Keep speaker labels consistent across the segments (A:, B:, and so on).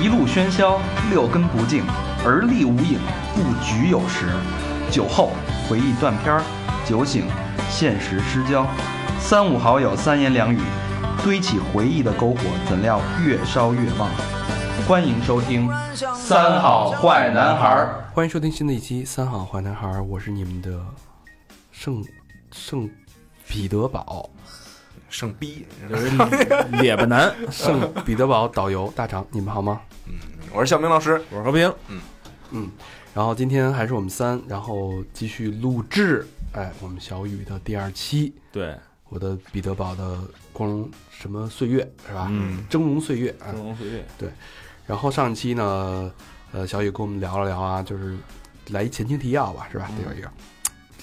A: 一路喧嚣，六根不净，而立无影，不局有时。酒后回忆断片儿，酒醒现实失焦。三五好友三言两语，堆起回忆的篝火，怎料越烧越旺。欢迎收听《三好坏男孩儿》。
B: 欢迎收听新的一期《三好坏男孩》，我是你们的圣圣彼得 堡
C: 圣逼，
B: 列巴男圣彼得堡导游大长，你们好吗？
C: 我是小明老师，
B: 我是和平，嗯嗯，然后今天还是我们三，然后继续录制，哎，我们小雨的第二期，
D: 对，
B: 我的彼得堡的光荣什么岁月是吧？
D: 嗯，
B: 峥嵘岁月啊，
D: 龙岁月，
B: 然后上一期呢，呃，小雨跟我们聊了聊啊，就是来一前情提要吧，是
D: 嗯
B: 吧？这个一个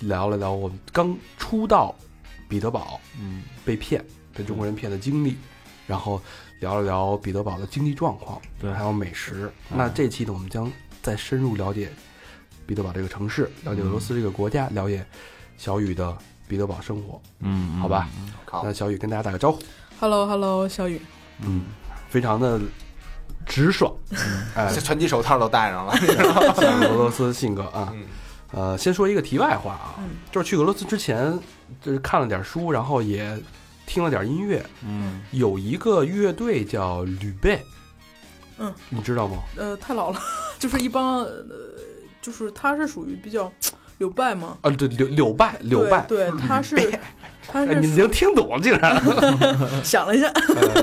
B: 聊了聊我们刚初到彼得堡
D: 嗯，
B: 被骗，被中国人骗的经历，然后聊了聊彼得堡的经济状况，
D: 对嗯
B: 还有美食。那这期呢，我们将再深入了解彼得堡这个城市，了解俄罗斯这个国家，了解小雨的彼得堡生活，
D: 嗯
B: 好吧？
C: 好
B: 那小雨跟大家打个招呼。
E: Hello Hello，小雨，
B: 嗯，非常的直爽，
D: 嗯
B: 哎，
C: 这拳击手套都戴上了。
B: 像俄罗斯性格啊
C: 嗯。
B: 呃，先说一个题外话啊，
E: 嗯
B: 就是去俄罗斯之前，就是看了点书，然后也听了点音乐。
D: 嗯，
B: 有一个乐队叫吕贝，
E: 嗯，
B: 你知道吗？
E: 呃，太老了， 就是一帮呃，就是他是属于比较柳拜嘛，
B: 啊，对，柳柳拜，柳拜，嗯
E: 对，对他是 他
B: 哎，
E: 是
B: 你
E: 属
B: 能听懂了竟然？
E: 想了一下，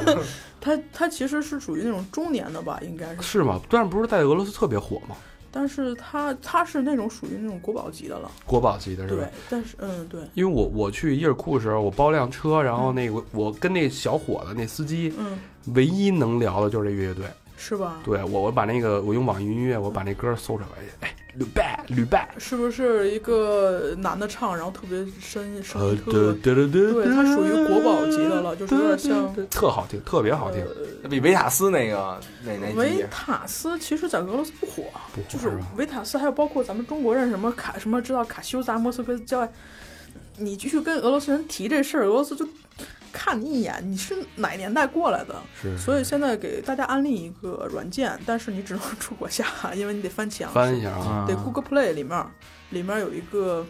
B: 嗯
E: 他他其实是属于那种中年的吧，应该 是，
B: 是吗？但是不是在俄罗斯特别火吗？
E: 但是他他是那种属于那种国宝级的了，
B: 国宝级的是吧
E: 对？，但是嗯对，
B: 因为我我去伊尔库的时候，我包辆车，然后那个我跟那小伙子那司机，
E: 嗯
B: 唯一能聊的就是这乐队。
E: 是吧？
B: 对我，我把那个我用网易云音乐，我把那歌搜出来，哎，吕拜，吕拜，
E: 是不是一个男的唱，然后特别深声
B: 呃，
E: 音特
B: 对
E: 别，
B: 对对对，
E: 对它属于国宝级的了就是有点像呃
B: 特好听，特别好听，
C: 比维塔斯那个那那
E: 维
C: 集，
E: 塔斯其实在俄罗斯不火，
B: 不啊
E: 就
B: 火
E: 是
B: 吧？
E: 维塔斯，还有包括咱们中国人什么卡什么知道卡西欧萨莫斯科郊外，你继续跟俄罗斯人提这事儿，俄罗斯就看你一眼，你是哪年代过来的？
B: 是
E: 所以现在给大家安利一个软件，但是你只能出国下，因为你得翻墙，
B: 翻一下啊，
E: 对 Google Play 里面儿，里面儿有一个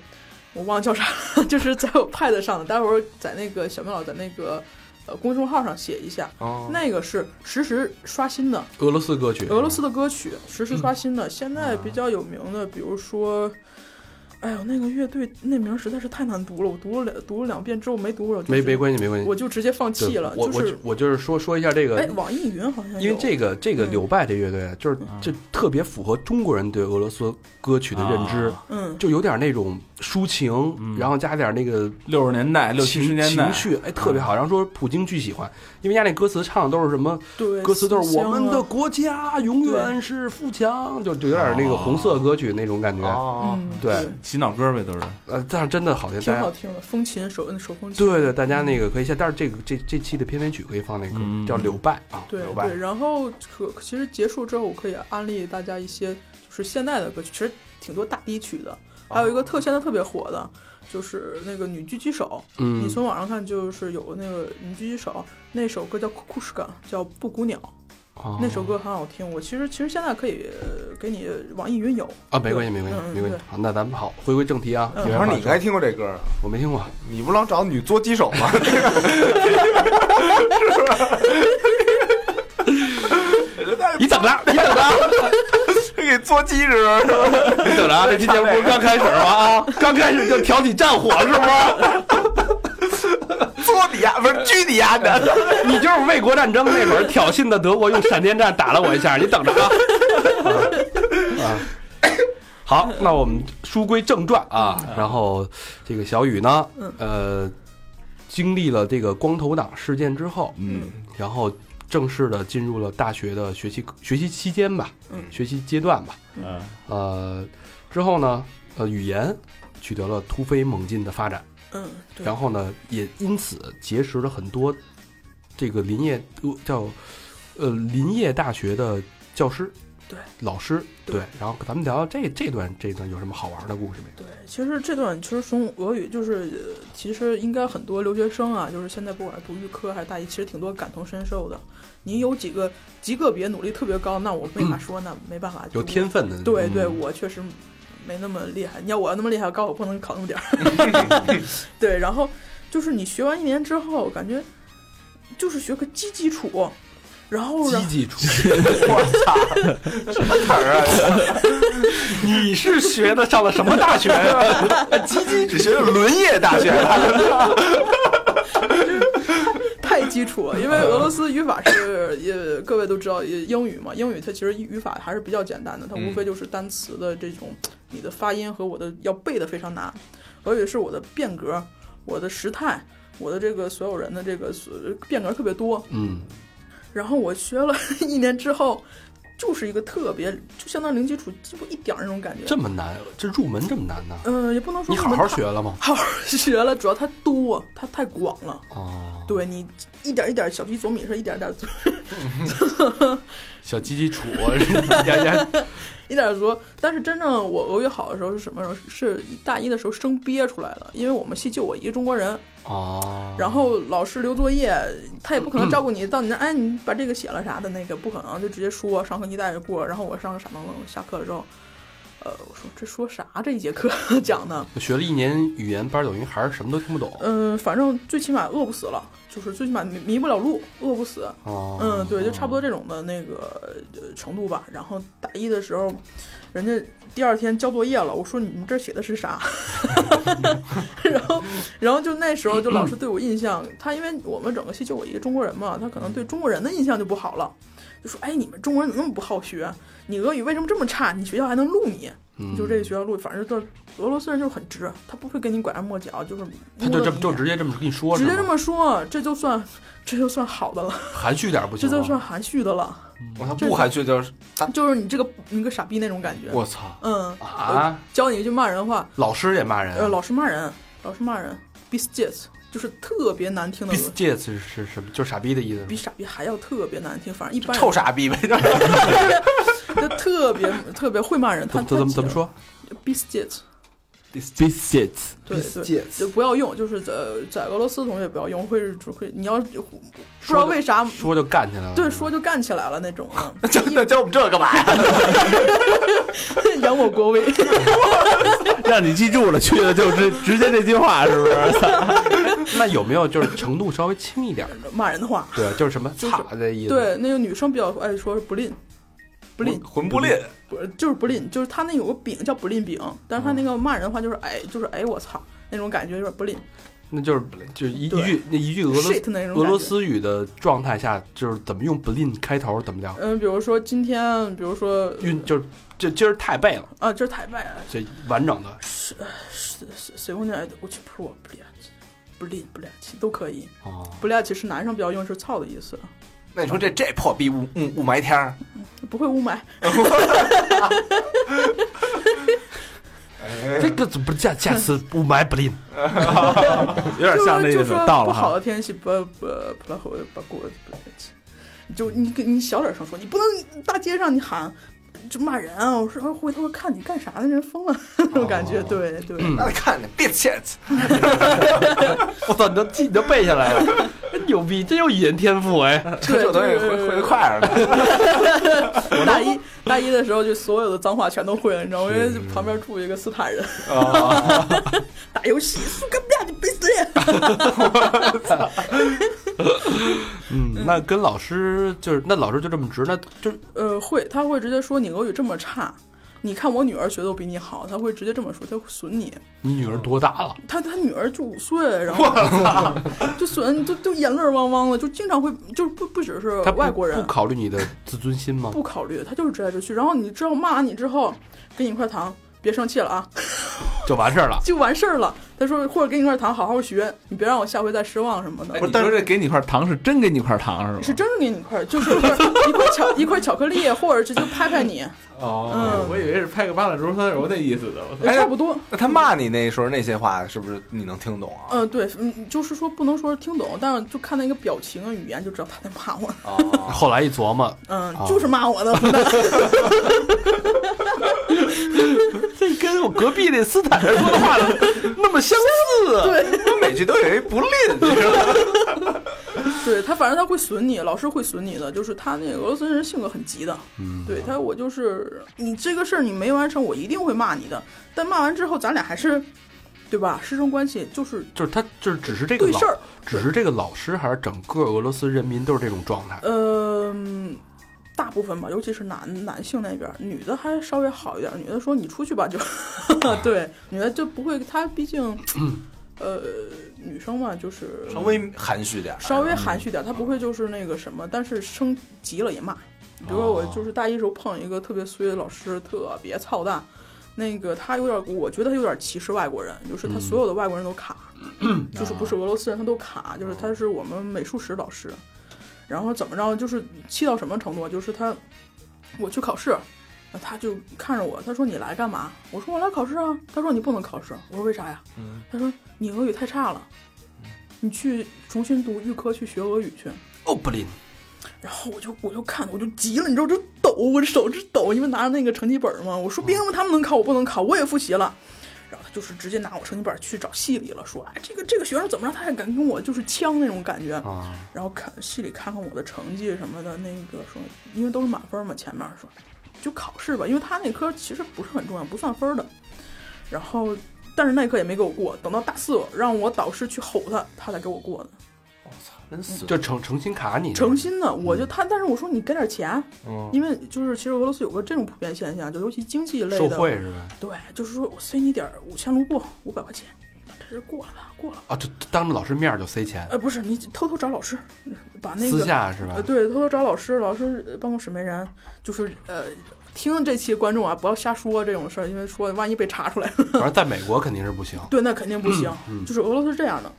E: 我忘了叫啥了，就是在我 Pad 上的，待会儿在那个小明老在那个呃公众号上写一下，
B: 哦
E: 那个是实时刷新的，
B: 俄罗斯歌曲，
E: 俄罗斯的歌
B: 嗯
E: 曲实时刷新的，现在比较有名的，比如说，哎呦，那个乐队那名儿实在是太难读了，我读了两读了两遍之后没读了，
B: 没
E: 没
B: 没关系，没关系，
E: 我就直接放
B: 对
E: 弃了，
B: 我
E: 就
B: 我
E: 是
B: 我就是说说一下这
E: 哎嗯
B: 个，，
E: 网易云好像有
B: 因为这个这个柳拜这乐队，啊就是这特别符合中国人对俄罗斯歌曲的认知，
E: 嗯
B: 就有点那种抒情，然后加点那个
D: 六十年代六七十
B: 情
D: 年代
B: 情，绪，哎，特别好。然后说普京巨喜欢，因为人家那歌词唱的都是什么。
E: 对
B: 歌词都是
E: 思
B: 我们的
E: 乡啊
B: 国家永远是富强，就就有点那个红色歌曲那种感觉。
C: 哦，
E: 嗯
B: 对
D: 洗脑歌呗都是，
B: 呃，但是真的好听，
E: 挺
B: 大
E: 好
B: 家
E: 听的，风琴手手风琴
B: 对对，大家那个可以下。但是这个这这期的片尾曲可以放那歌
D: 嗯
B: 叫《柳拜》啊，
E: 对
C: 明白
E: 对，然后可其实结束之后，我可以安利大家一些就是现代的歌曲，其实挺多大低曲的，还有一
B: 哦
E: 个特现在特别火的，就是那个女狙击手，
B: 嗯
E: 你，从网上看就是有那个女狙击手那首歌叫《库什卡》，叫《布谷鸟》，
B: 哦
E: 那首歌很好听。我其实其实现在可以呃给你网易云有
B: 啊，没关系，没关系，
E: 嗯
B: 没关系
E: 对。
B: 好，那咱们好，回归正题啊。
E: 嗯
B: 题
C: 我
B: 外话
C: 说你应
B: 说
C: 该听过这歌，啊
B: 我没听过，
C: 你不老找女捉鸡手吗？
B: 你怎么了？你等着啊，
C: 给捉鸡是 吧？
B: 你等着啊！这期节目不是刚开始吗？啊， 刚开始就挑起战火是不
C: 捉你丫不是狙你丫的，
B: 是？ 你就是卫国战争那会儿挑衅的德国用闪电战打了我一下，你等着啊！啊好，那我们书归正传啊，然后这个小雨呢，呃，经历了这个光头党事件之后，
D: 嗯，
B: 然后正式的进入了大学的学习学习期间吧，
E: 嗯
B: 学习阶段吧，
D: 嗯，
B: 呃，之后呢，呃，语言取得了突飞猛进的发展，
E: 嗯，对，
B: 然后呢，也因此结识了很多这个林业呃叫呃林业大学的教师，
E: 对
B: 老师，
E: 对
B: 对，然后咱们聊聊这这段这段有什么好玩的故事没？
E: 对，其实这段其实从俄语就是，呃其实应该很多留学生啊，就是现在不管是读预科还是大一，其实挺多感同身受的。你有几个极个别努力特别高，那我没法说，那没办法，
B: 有天分的，
E: 对
B: 嗯
E: 对，我确实没那么厉害。你要我要那么厉害，高考不能考那么点儿。 对，然后就是你学完一年之后，感觉就是学个基基础，然后呢
B: 积，极出，
C: 词儿啊，
B: 你是学的上了什么 大学？
C: 鸡鸡只学的轮业大学了，
E: 太基础了，因为俄罗斯语法是也各位都知道，也英语嘛，英语它其实语法还是比较简单的，它无非就是单词的这种你的发音和我的要背的非常难。俄语是我的变格，我的时态，我的这个所有人的这个所变格特别多，
B: 嗯，
E: 然后我学了一年之后，就是一个特别，就相当于零基础进步一点儿那种感觉
B: 这。么难，这入门这么难呢？
E: 嗯、也不能说
B: 你好好学了吗？
E: 好好学了，主要它多，它太广了。
B: 哦，，
E: 对你一点一点小鸡啄米是一点点啄，
B: 小鸡鸡杵，啊人家
E: 一点啄。但是真正我俄语好的时候是什么时候？是大一的时候生憋出来了，因为我们系就我一个中国人，
B: 哦，
E: 然后老师留作业，他也不可能照顾你，到你那儿哎，你把这个写了啥的，那个不可能，就直接说上课一带就过。然后我上傻愣愣，下课了之后，呃，我说这说啥这一节课讲的？
B: 学了一年语言班，等于还是什么都听不懂。
E: 嗯、反正最起码饿不死了，就是最起码迷迷不了路，饿不死。
B: 哦，
E: 嗯，对，就差不多这种的那个呃程度吧。然后大一的时候，人家第二天交作业了，我说你们这儿写的是啥？ 然后，然后就那时候就老师对我印象，他因为我们整个系就我一个中国人嘛，他可能对中国人的印象就不好了，就说哎，你们中国人怎么那么不好学？你俄语为什么这么差？你学校还能录你？
B: 嗯，
E: 就这个学校录，反正就是俄罗斯人就是很直，他不会跟你拐弯抹角，就是
B: 他就这么
E: 么
B: 嗯就直接这么跟你说，
E: 直接
B: 是
E: 这
B: 吗
E: 么说，这就算这就算好的了，
B: 含蓄点不
E: 这
B: 行吗？
E: 就算含蓄的了。
D: 我操，不含蓄就是
E: 就是你这个你个傻逼那种感觉。
B: 啊我操
E: 嗯，
B: 啊！嗯
E: 教你一句骂人话，
B: 老师也骂人
E: 呃，老师骂人，老师骂人，biscuits 就是特别难听的俄，
B: ，biscuit 是是什么？就是傻逼的意思
E: 比
B: 是吗。
E: 傻逼还要特别难听，反正一般人
C: 臭傻逼呗，
E: 就特别特别会骂人。他
B: 怎怎怎么怎么说
E: ？biscuits，
B: ？biscuit，
E: 对对，就不要用，就是在在俄罗斯同学不要用，会是会你要不知道为啥。
B: 说就干起来了。
E: 对，说就干起来了那种，嗯
C: 教那教我们这干嘛呀？
E: 扬我国威。
F: 让你记住了，去了就直 直接这句话，是不是？
B: 那有没有就是程度稍微轻一点儿？
E: 骂人的 话，
B: 对，就是什么
E: 就是
B: 擦的意思。
E: 对，那个女生比较爱说是不吝，不吝，
C: 魂不吝，
E: 不就是不吝，就是他那有个饼叫不吝饼，但是他那个骂人的话就是哎，就是哎我操那种感觉，有点不吝
B: 那就是就是一一
E: 对
B: 句那一句俄罗
E: shit 那种感觉
B: 俄罗。斯语的状态下，就是怎么用 blin 开头怎么聊，
E: 嗯，比如说今天，比如说
B: 运就是这今儿太背了，
E: 啊，这是台拜啊，
B: 这完整的
E: 是是是，随风点，我去不是我不吝，不吝不吝都可以，
B: 哦，
E: 不吝其实男生比较用是操的意思，
C: 那你说这这破逼雾雾雾霾天儿，
E: 不会雾霾，
F: 哎
B: 这个怎么不下下次不买 blin？
F: 有点像那
E: 就
F: 个
E: 说
F: 什么到
E: 不
F: 了
E: 好
F: 哈。
E: 的天气，不不不好不过不天气，就你你小点声说，你不能大街上你喊。就骂人啊！我说回头看你干啥呢？人疯了那种感觉，对对。
D: 嗯
C: 那得看你别切，
B: 我操，你都记你都背下来了，真牛逼，真有语言天赋哎！
C: 这这东西会会快点儿的，
E: 大一大一的时候，就所有的脏话全都会了，你知道吗？因
B: 嗯
E: 为旁边住一个斯坦人，
B: 哦
E: 打游戏输个不你被死人。
B: 嗯，那跟老师就是那老师就这么直，那就是
E: 呃，会，他会直接说你俄语这么差，你看我女儿学的比你好，他会直接这么说，他会损你。
B: 你女儿多大了？
E: 他他女儿就五岁，然后就损，就就眼泪汪汪的，就经常会，就是不不只是
B: 他不
E: 外国人啊
B: 不考虑你的自尊心吗？
E: 不考虑，他就是直来直去。然后你知道骂完你之后，给你一块糖，别生气了啊，
B: 就完事儿了。
E: 就完事儿了。他说或者给你块糖好好学，你别让我下回再失望什么
C: 哎
E: 的。
D: 不是，但是 给你块糖是真给你块糖是吗？
E: 是真给你块儿，就是一块儿 一块巧一块巧克力，或者直接拍拍你，
D: 哦
E: 嗯
D: 我以为是拍个八大桌三柔那意思的。我操
C: 哎
E: 差不多。
C: 那他骂你那时候那些话，是不是你能听懂啊？
E: 嗯，对，嗯，就是说不能说听懂，但是就看那个表情啊、语言就知道他在骂我。
C: 哦，
B: 后来一琢磨，
E: 嗯
B: 哦，
E: 就是骂我的，混蛋
B: 这跟我隔壁那斯坦人说的话 那么相似啊。
C: 每句都有一不吝，你知道吗？
E: 对他，反正他会损你，老师会损你的，就是他那个俄罗斯人性格很急的。嗯，对他，我就是你这个事儿你没完成，我一定会骂你的。但骂完之后，咱俩还是，对吧？师生关系就是
B: 就是他，就是只是这个
E: 对
B: 老
E: 事，儿。
B: 只是这个老师还是整个俄罗斯人民都是这种状态。
E: 呃嗯，大部分吧，尤其是男男性那边儿，女的还稍微好一点儿。女的说你出 去吧，就，对，女的就不会，她毕竟，呃，女生嘛，就是
C: 稍微含蓄点儿，
E: 稍微含蓄点儿，她不会就是那个什么，但是升急了也骂。比如说我就是大一时候碰一个特别衰的老师，特别操蛋。那个他有点，我觉得他有点歧视外国人，就是他所有的外国人都卡，就是不是俄罗斯人他都卡，就是他是我们美术史老师，然后怎么着就是气到什么程度啊，就是他我去考试，那他就看着我，他说你来干嘛？我说我来考试啊。他说你不能考试，我说为啥呀？他说你俄语太差了，你去重新读预科去学俄语去。
B: 哦不灵，
E: 然后我就我就看我就急了，你知道我就抖，我这手直抖，因为拿着那个成绩本儿嘛。我说凭什么他们能考我不能考？我也复习了。然后他就是直接拿我成绩本儿去找系里了，说哎这个这个学生怎么着，他还敢跟我就是呛那种感觉。
B: 啊
E: 然后看系里看看我的成绩什么的，那个说因为都是满分嘛，前面说就考试吧，因为他那科其实不是很重要，不算分儿的。然后但是那科也没给我过，等到大四让我导师去吼他，他才给我过的。
C: 真死
B: 就诚诚心卡你，
E: 诚心的，
B: 嗯
E: 我就他，但是我说你给点钱，因为就是其实俄罗斯有个这种普遍现象，就尤其经济类
B: 受
E: 的，
B: 贿是吧？
E: 对，就是说我塞你点五千卢布，五百块钱，这就过了吧，过了。
B: 啊，就当着老师面儿就塞钱，
E: 呃，不是，你偷偷找老师，把那个
B: 私下是吧
E: 呃，？对，偷偷找老师，老师呃办公室没人，就是呃，听这期观众啊，不要瞎说这种事儿，因为说万一被查出来，
B: 反正在美国肯定是不行。
E: 对，那肯定不行。
B: 嗯
E: 就是俄罗斯是这样的，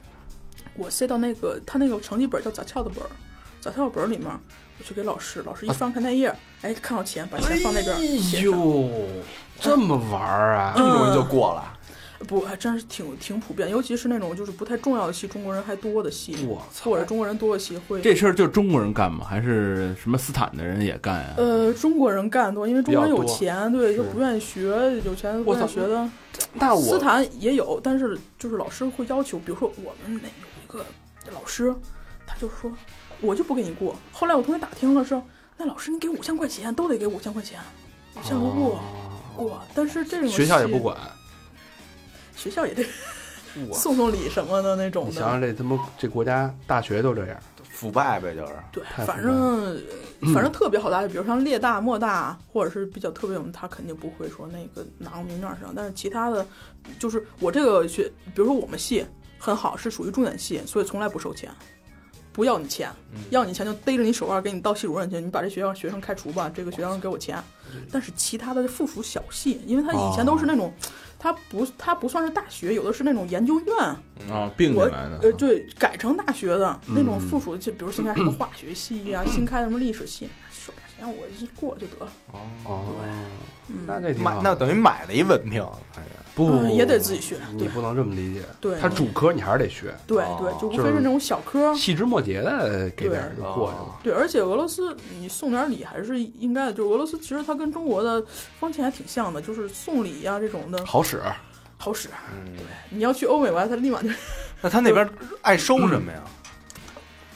E: 我塞到那个他那个成绩本儿叫杂翘的本儿，杂翘本儿里面，我去给老师，老师一翻开那页儿，哎，看到钱，把钱放那边儿。
B: 啊哎
E: 写上
B: 呦，这么玩儿啊？
C: 这么容易
E: 嗯
C: 就过了，
E: 不，还真是挺挺普遍，尤其是那种就是不太重要的戏，中国人还多的戏，
B: 我操！
E: 或者中国人多的戏会。
D: 这事儿就中国人干吗？还是什么斯坦的人也干呀？
E: 呃，中国人干多，因为中国人有
B: 比较多
E: 钱，对，就是不愿意学，有钱不
B: 我
E: 愿意
B: 操
E: 学的。
B: 那
E: 斯
B: 我
E: 坦也有，但是就是老师会要求，比如说我们那有一个老师，他就说我就不给你过。后来我同学打听了是，那老师你给五千块钱都得给五千块钱，五千卢布过。但是这种
B: 哦学校也
E: 戏
B: 不，管。
E: 学校也得
B: 我
E: 送送礼什么的那种
B: 你想
E: 的。
B: 想这他妈这国家大学都这样，
C: 腐败呗，就是。
E: 对
B: 太，
E: 反
B: 复杂嗯
E: 正呃反正特别好搭的，比如像列大、莫大，或者是比较特别有名，他肯定不会说那个拿个名面上。但是其他的，就是我这个学，比如说我们系很好，是属于重点系，所以从来不收钱，不要你钱，
B: 嗯
E: 要你钱就逮着你手腕给你到系主任去，你把这学校学生开除吧，这个学生给我钱。
B: 嗯
E: 但是其他的附属小系，因为他以前都
B: 哦
E: 是那种，他不他不算是大学，有的是那种研究院。
D: 啊，并
E: 我
D: 进来的。
C: 嗯
E: 呃，对，改成大学的那种附属，就比如新开什么化学系呀、新开什么历史系，说点钱我一过就得了。
B: 哦，
E: 嗯，
B: 那这挺
C: 买
B: 好
C: 那等于买了一文凭，哎呀
B: 不
E: 嗯也得自己学
B: 你
E: 对
B: 不能这么理解。
E: 对
B: 它主科你还是得学，
E: 对
C: 哦
E: 对，就无
B: 就
E: 非
B: 是
E: 是那种小科。
B: 细枝末节的给点儿就过去
D: 哦
B: 了。
E: 对，而且俄罗斯你送点礼还是应该的，就是俄罗斯其实它跟中国的风情还挺像的，就是送礼啊呀、这种的
B: 好使，
E: 好使。
C: 嗯
E: 你要去欧美玩，他立马就
C: 那他那边爱收什么呀？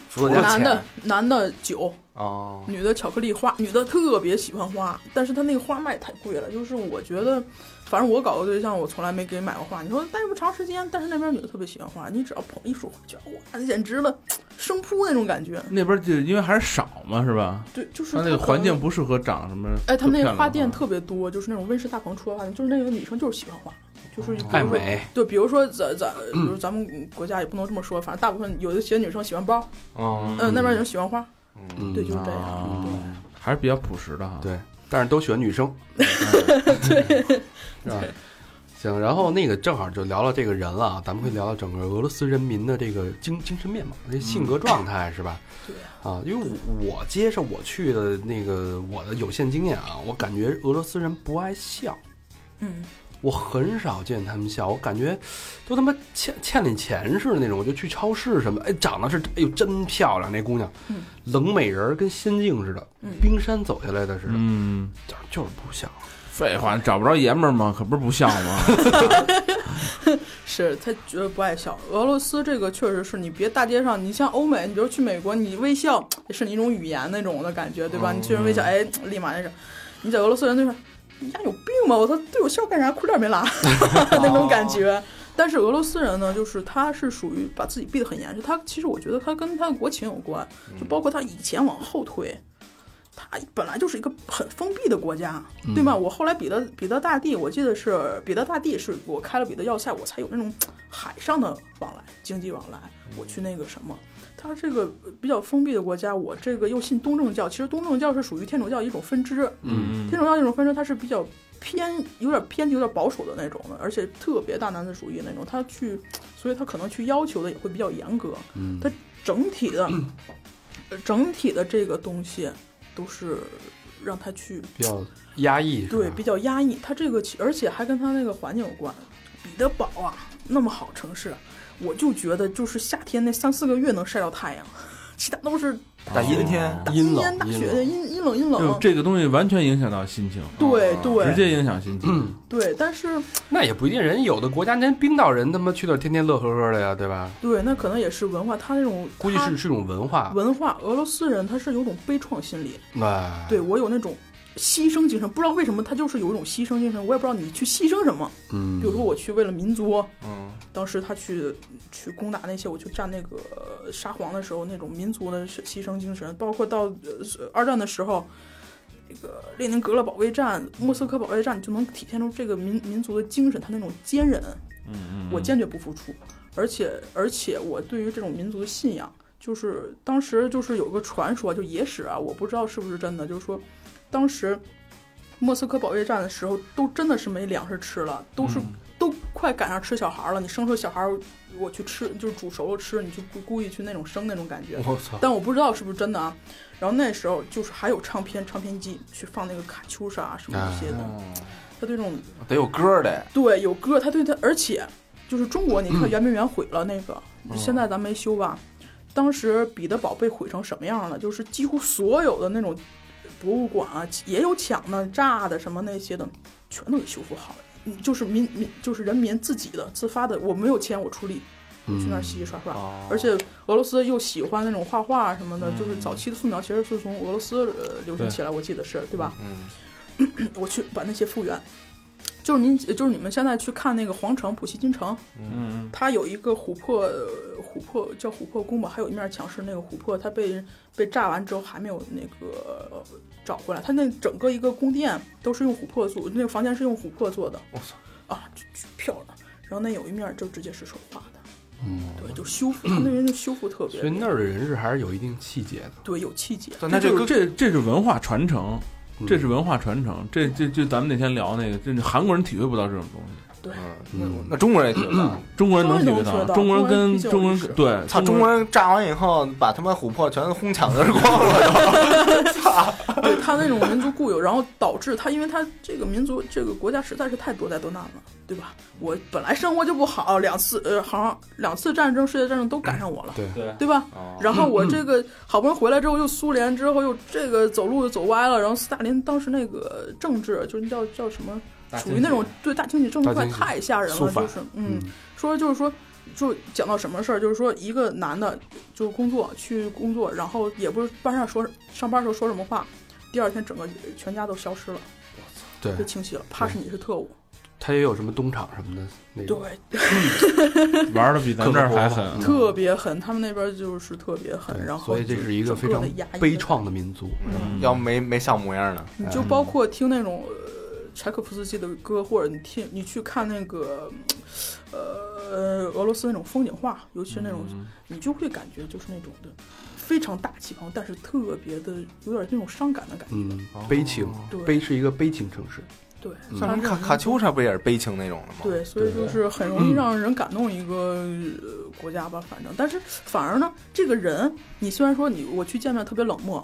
C: 除 了
E: 男的
C: 钱
E: 男的酒，
C: 哦，
E: 女的巧克力花，女的特别喜欢花，但是她那个花卖太贵了，就是我觉得，反正我搞过对象，我从来没给买过花。你说待不长时间，但是那边女的特别喜欢花，你只要捧一束花，就哇，简直了，生扑那种感觉。
D: 那边就因为还是少嘛，是吧？
E: 对，就是
D: 它
E: 她
D: 那个
E: 可能
D: 环境，不适合长什么。
E: 哎，他们那个
D: 漂亮的
E: 花店特别多，就是那种温室大棚出的花店，就是那个女生就是喜欢花，就是比如
B: 爱
D: 嗯
E: 说
B: 美。
E: 对，比如说咱咱，比如咱们国家也不能这么说，反正大部分有的些女生喜欢包，
C: 嗯
E: 嗯、那边有人喜欢花，
B: 嗯
E: 对，就是这
D: 啊
E: 样。对。
D: 还
E: 啊
D: 是比较朴实的哈。
B: 对，但是都喜欢女生，是吧？行，然后那个正好就聊聊这个人了啊，咱们会聊聊整个俄罗斯人民的这个精精神面貌、这性格状态是吧？
E: 嗯对
B: 啊，因为我我接着我去的那个我的有限经验啊，我感觉俄罗斯人不爱笑，
E: 嗯，
B: 我很少见他们笑，我感觉都他妈欠欠你钱似的那种。我就去超市什么，哎，长得是哎呦真漂亮那姑娘，
E: 嗯
B: 冷美人儿跟仙境似的，
E: 嗯
B: 冰山走下来的似的，
D: 嗯，
B: 就就是不笑。
D: 废话，找不着爷们儿吗？可不是不笑 吗？
E: 是他绝对不爱笑。俄罗斯这个确实是你别大街上，你像欧美，你比如去美国，你微笑也是你一种语言那种的感觉，对吧？你去人微笑，哎，立马那是，你在俄罗斯人那边，你家有病吧？我操，对我笑干啥？裤链没拉，那种感觉。但是俄罗斯人呢，就是他是属于把自己闭得很严实。他其实我觉得他跟他的国情有关，就包括他以前往后推，他本来就是一个很封闭的国家，
D: 嗯
E: 对吗？我后来彼得彼得大帝，我记得是彼得大帝是我开了彼得要塞，我才有那种海上的往来经济往来。
D: 嗯
E: 我去那个什么，他这个比较封闭的国家，我这个又信东正教，其实东正教是属于天主教一种分支，
D: 嗯
E: 天主教这种分支它是比较偏有点偏有点保守的那种的，而且特别大男子主义那种，他去，所以他可能去要求的也会比较严格。
B: 嗯
E: 它整体的、呃整体的这个东西都是让他去
B: 比较压抑，是
E: 对
B: 吧
E: 比较压抑，他这个其而且还跟他那个环境有关。彼得堡啊，那么好城市，我就觉得就是夏天那三四个月能晒到太阳，其他都是
C: 大阴天，
E: 大
B: 阴
E: 阴
B: 冷
E: 天、大
B: 阴
E: 雪、
B: 冷
E: 阴阴冷、阴
D: 就
E: 冷。
D: 这个东西完全影响到心情，啊
E: 对
B: 啊
D: 直
E: 对
D: 接影响心情。
E: 对，但是
B: 那也不一定，人有的国家连冰岛人他妈去那儿天天乐呵呵的呀，对吧？
E: 对，那可能也是文化，他那种
B: 估计
E: 他
B: 是啊是一种文化，
E: 文化，俄罗斯人他是有种悲怆心理，
B: 哎，
E: 对，我有那种牺牲精神，不知道为什么他就是有一种牺牲精神，我也不知道你去牺牲什么。
B: 嗯
E: 比如说我去为了民族，啊
D: 嗯，
E: 当时他去去攻打那些，我去占那个呃沙皇的时候，那种民族的牺牲精神，包括到呃二战的时候，那个列宁格勒保卫战、莫斯科保卫战，你就能体现出这个民民族的精神，他那种坚韧，
D: 嗯嗯，
E: 我坚决不付出，而且而且我对于这种民族的信仰，就是当时就是有个传说，就野史啊，我不知道是不是真的，就是说，当时莫斯科保卫战的时候，都真的是没粮食吃了，都是、都快赶上吃小孩了，你生出小孩儿我去吃，就是煮熟了吃，你就故故意去那种生那种感觉，
B: 我操，
E: 但我不知道是不是真的啊。然后那时候就是还有唱片唱片机去放那个卡秋莎啊什么这些的，他对这种
C: 得有歌得。
E: 对，有歌，他对他，而且就是中国，你看圆明园毁了那个，现在咱没修吧？当时彼得堡被毁成什么样了？就是几乎所有的那种博物馆啊，也有抢的、炸的什么那些的，全都给修复好了。嗯就是民民，就是人民自己的自发的，我没有钱，我出力。去那儿洗洗刷刷，而且俄罗斯又喜欢那种画画什么的，就是早期的素描其实是从俄罗斯呃流行起来，我记得是对吧？嗯，我去把那些复原，就是您，就是你们现在去看那个皇城普希金城，
D: 嗯
E: 它有一个琥珀，呃琥珀叫琥珀宫吧，还有一面墙是那个琥珀，它被被炸完之后还没有那个呃找回来，它那整个一个宫殿都是用琥珀做，那个房间是用琥珀做的，我操啊，巨巨漂亮。然后那有一面就直接是手画的，
B: 嗯，
E: 对，就修复，它那人就修复特别
B: 所以那儿的人是还是有一定气节的。
E: 对有气节，
C: 但
D: 嗯，
C: 他这
D: 这
C: 个
D: 这这是文化传承，
B: 嗯
D: 这是文化传承，这这这咱们那天聊那个，这韩国人体会不到这种东西，
E: 对，
B: 嗯，
C: 那中国人也觉得，
D: 中国人能体会到，中
E: 中
D: 国
E: 国人能
D: 人跟
E: 体会到
D: 中国
E: 中国
D: 人对，
C: 操，中
D: 国
C: 国人炸完以后，把他妈琥珀全轰抢而光了
E: 对他那种民族固有，然后导致他，因为他这个民族这个国家实在是太多灾多难了，对吧？我本来生活就不好，两次呃，好像两次战争、世界战争都赶上我了，
B: 对
D: 对
E: 对吧？然后我这个好不容易回来之后，又苏联之后又这个走路走歪了，然后斯大林当时那个政治就是叫叫什么，
D: 大
E: 属于那种对大清洗政治
B: 大
E: 块
B: 清洗
E: 太吓人
B: 肃
E: 了，
B: 反
E: 就是嗯
B: 嗯，
E: 说就是说。就讲到什么事儿，就是说一个男的，就是工作去工作，然后也不是班上说上班的时候说什么话，第二天整个全家都消失了，
B: 对
E: 被，清洗了。怕是你是特务，
B: 他也有什么东厂什么的那
E: 对
B: 种，，
D: 玩的比咱这儿还狠，
B: 嗯
E: 特别狠。他们那边就是特别狠，
B: 对
E: 然后
B: 所以这是一个
E: 整
B: 非常
E: 的压抑
B: 悲
E: 的
B: 怆的民族。
D: 嗯
C: 要没没像模样呢。
E: 你就包括听那种呃柴可夫斯基的歌，或者你听你去看那个呃俄罗斯那种风景画，尤其是那种、你就会感觉就是那种的非常大气磅，但是特别的有点那种伤感的感觉。
B: 嗯，悲情，
E: 对
B: 悲是一个悲情城市。
E: 对，
F: 嗯
E: 它
C: 像
E: 是
C: 卡卡秋莎不也是悲情那种的吗？
E: 对，嗯所以就是很容易让人感动一个、呃国家吧，反正，但是反而呢，这个人，你虽然说你我去见面特别冷漠，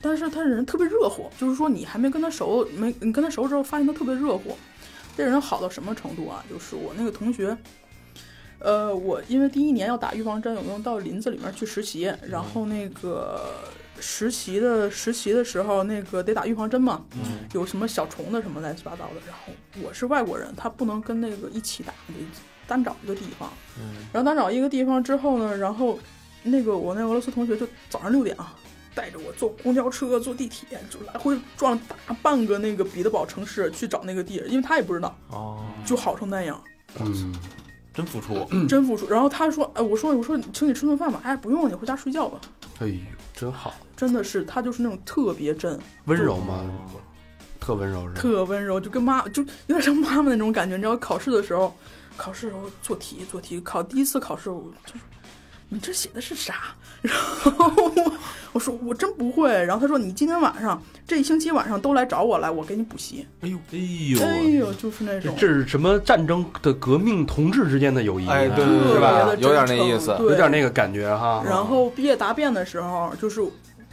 E: 但是他人特别热乎，就是说你还没跟他熟，没你跟他熟之后，发现他特别热乎。这人好到什么程度啊？就是我那个同学，呃，我因为第一年要打预防针，有没有到林子里面去实习？然后那个实习的实习的时候，那个得打预防针嘛，
D: 嗯
E: 有什么小虫子什么乱七八糟的。然后我是外国人，他不能跟那个一起打，得单找一个地方。然后单找一个地方之后呢，然后那个我那俄罗斯同学就早上六点啊，带着我坐公交车、坐地铁，就来回转了大半个那个彼得堡城市去找那个地儿，因为他也不知道，
C: 哦，
E: 就好成那样，
B: 嗯，
C: 真付出，
E: 真付出。然后他说：“哎，我说我说请你吃顿饭吧，哎，不用了，你回家睡觉吧。
B: 哎呦，真好，”
E: 真的是，他就是那种特别真、
B: 温柔吗？特温柔是吧？
E: 特温柔，就跟妈就有点像妈妈那种感觉。你知道考试的时候，考试的时候做题做题，考第一次考试我就说你这写的是啥？ 然后我我说我真不会。然后他说你今天晚上这一星期晚上都来找我来，我给你补习。
D: 哎呦哎
E: 哎
D: 呦，
E: 呦，就是那
B: 这
E: 种
B: 这是什么战争的革命同志之间的友谊？啊
C: 哎，对
E: 特
C: 对是
E: 别
C: 吧
E: 的？
C: 有点那
E: 真诚
C: 意思，
E: 对
B: 有点那个感觉哈。
E: 然后毕业答辩的时候，就是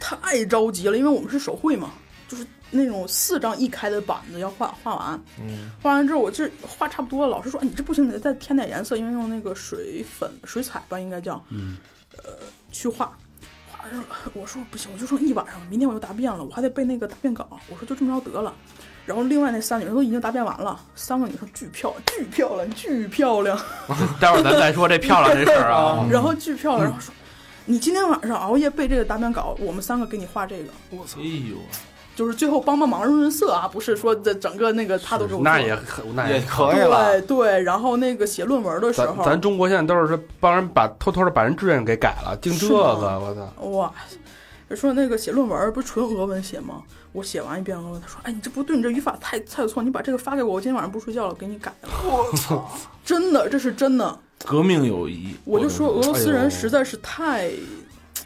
E: 太着急了，因为我们是手绘嘛，就是那种四张一开的板子要画画完，
C: 嗯，
E: 画完之后我这画差不多了，老师说、哎、你这不行，你得再添点颜色，因为用那个水粉、水彩吧，应该叫，嗯，呃，去画。画完之后我说不行，我就剩一晚上了，明天我就答辩了，我还得背那个答辩稿。我说就这么着得了。然后另外那三女生都已经答辩完了，三个女生巨漂巨漂亮，巨漂亮。
F: 待会儿咱再说这漂亮这事儿啊。
E: 然后巨漂亮，然后说。你今天晚上熬夜背这个答辩稿，我们三个给你画这个，
D: 哎呦，
E: 就是最后帮帮忙、润润色啊，不是说这整个那个他都给我做
B: 那也很那
C: 也可以了，
E: 对对。然后那个写论文的时
B: 咱
E: 候，
B: 咱中国现在都是帮人把偷偷的把人志愿给改了，净这
E: 是
B: 个，
E: 吗
B: 我操！
E: 哇，说那个写论文不是纯俄文写吗？我写完一遍俄文，他说：“哎，你这不对，你这语法太太错，你把这个发给我，我今天晚上不睡觉了，给你改了。”
C: 我 操，
E: 真的，这是真的。
D: 革命友谊，
E: 我就说俄罗斯
B: 哎呦
E: 人实在是太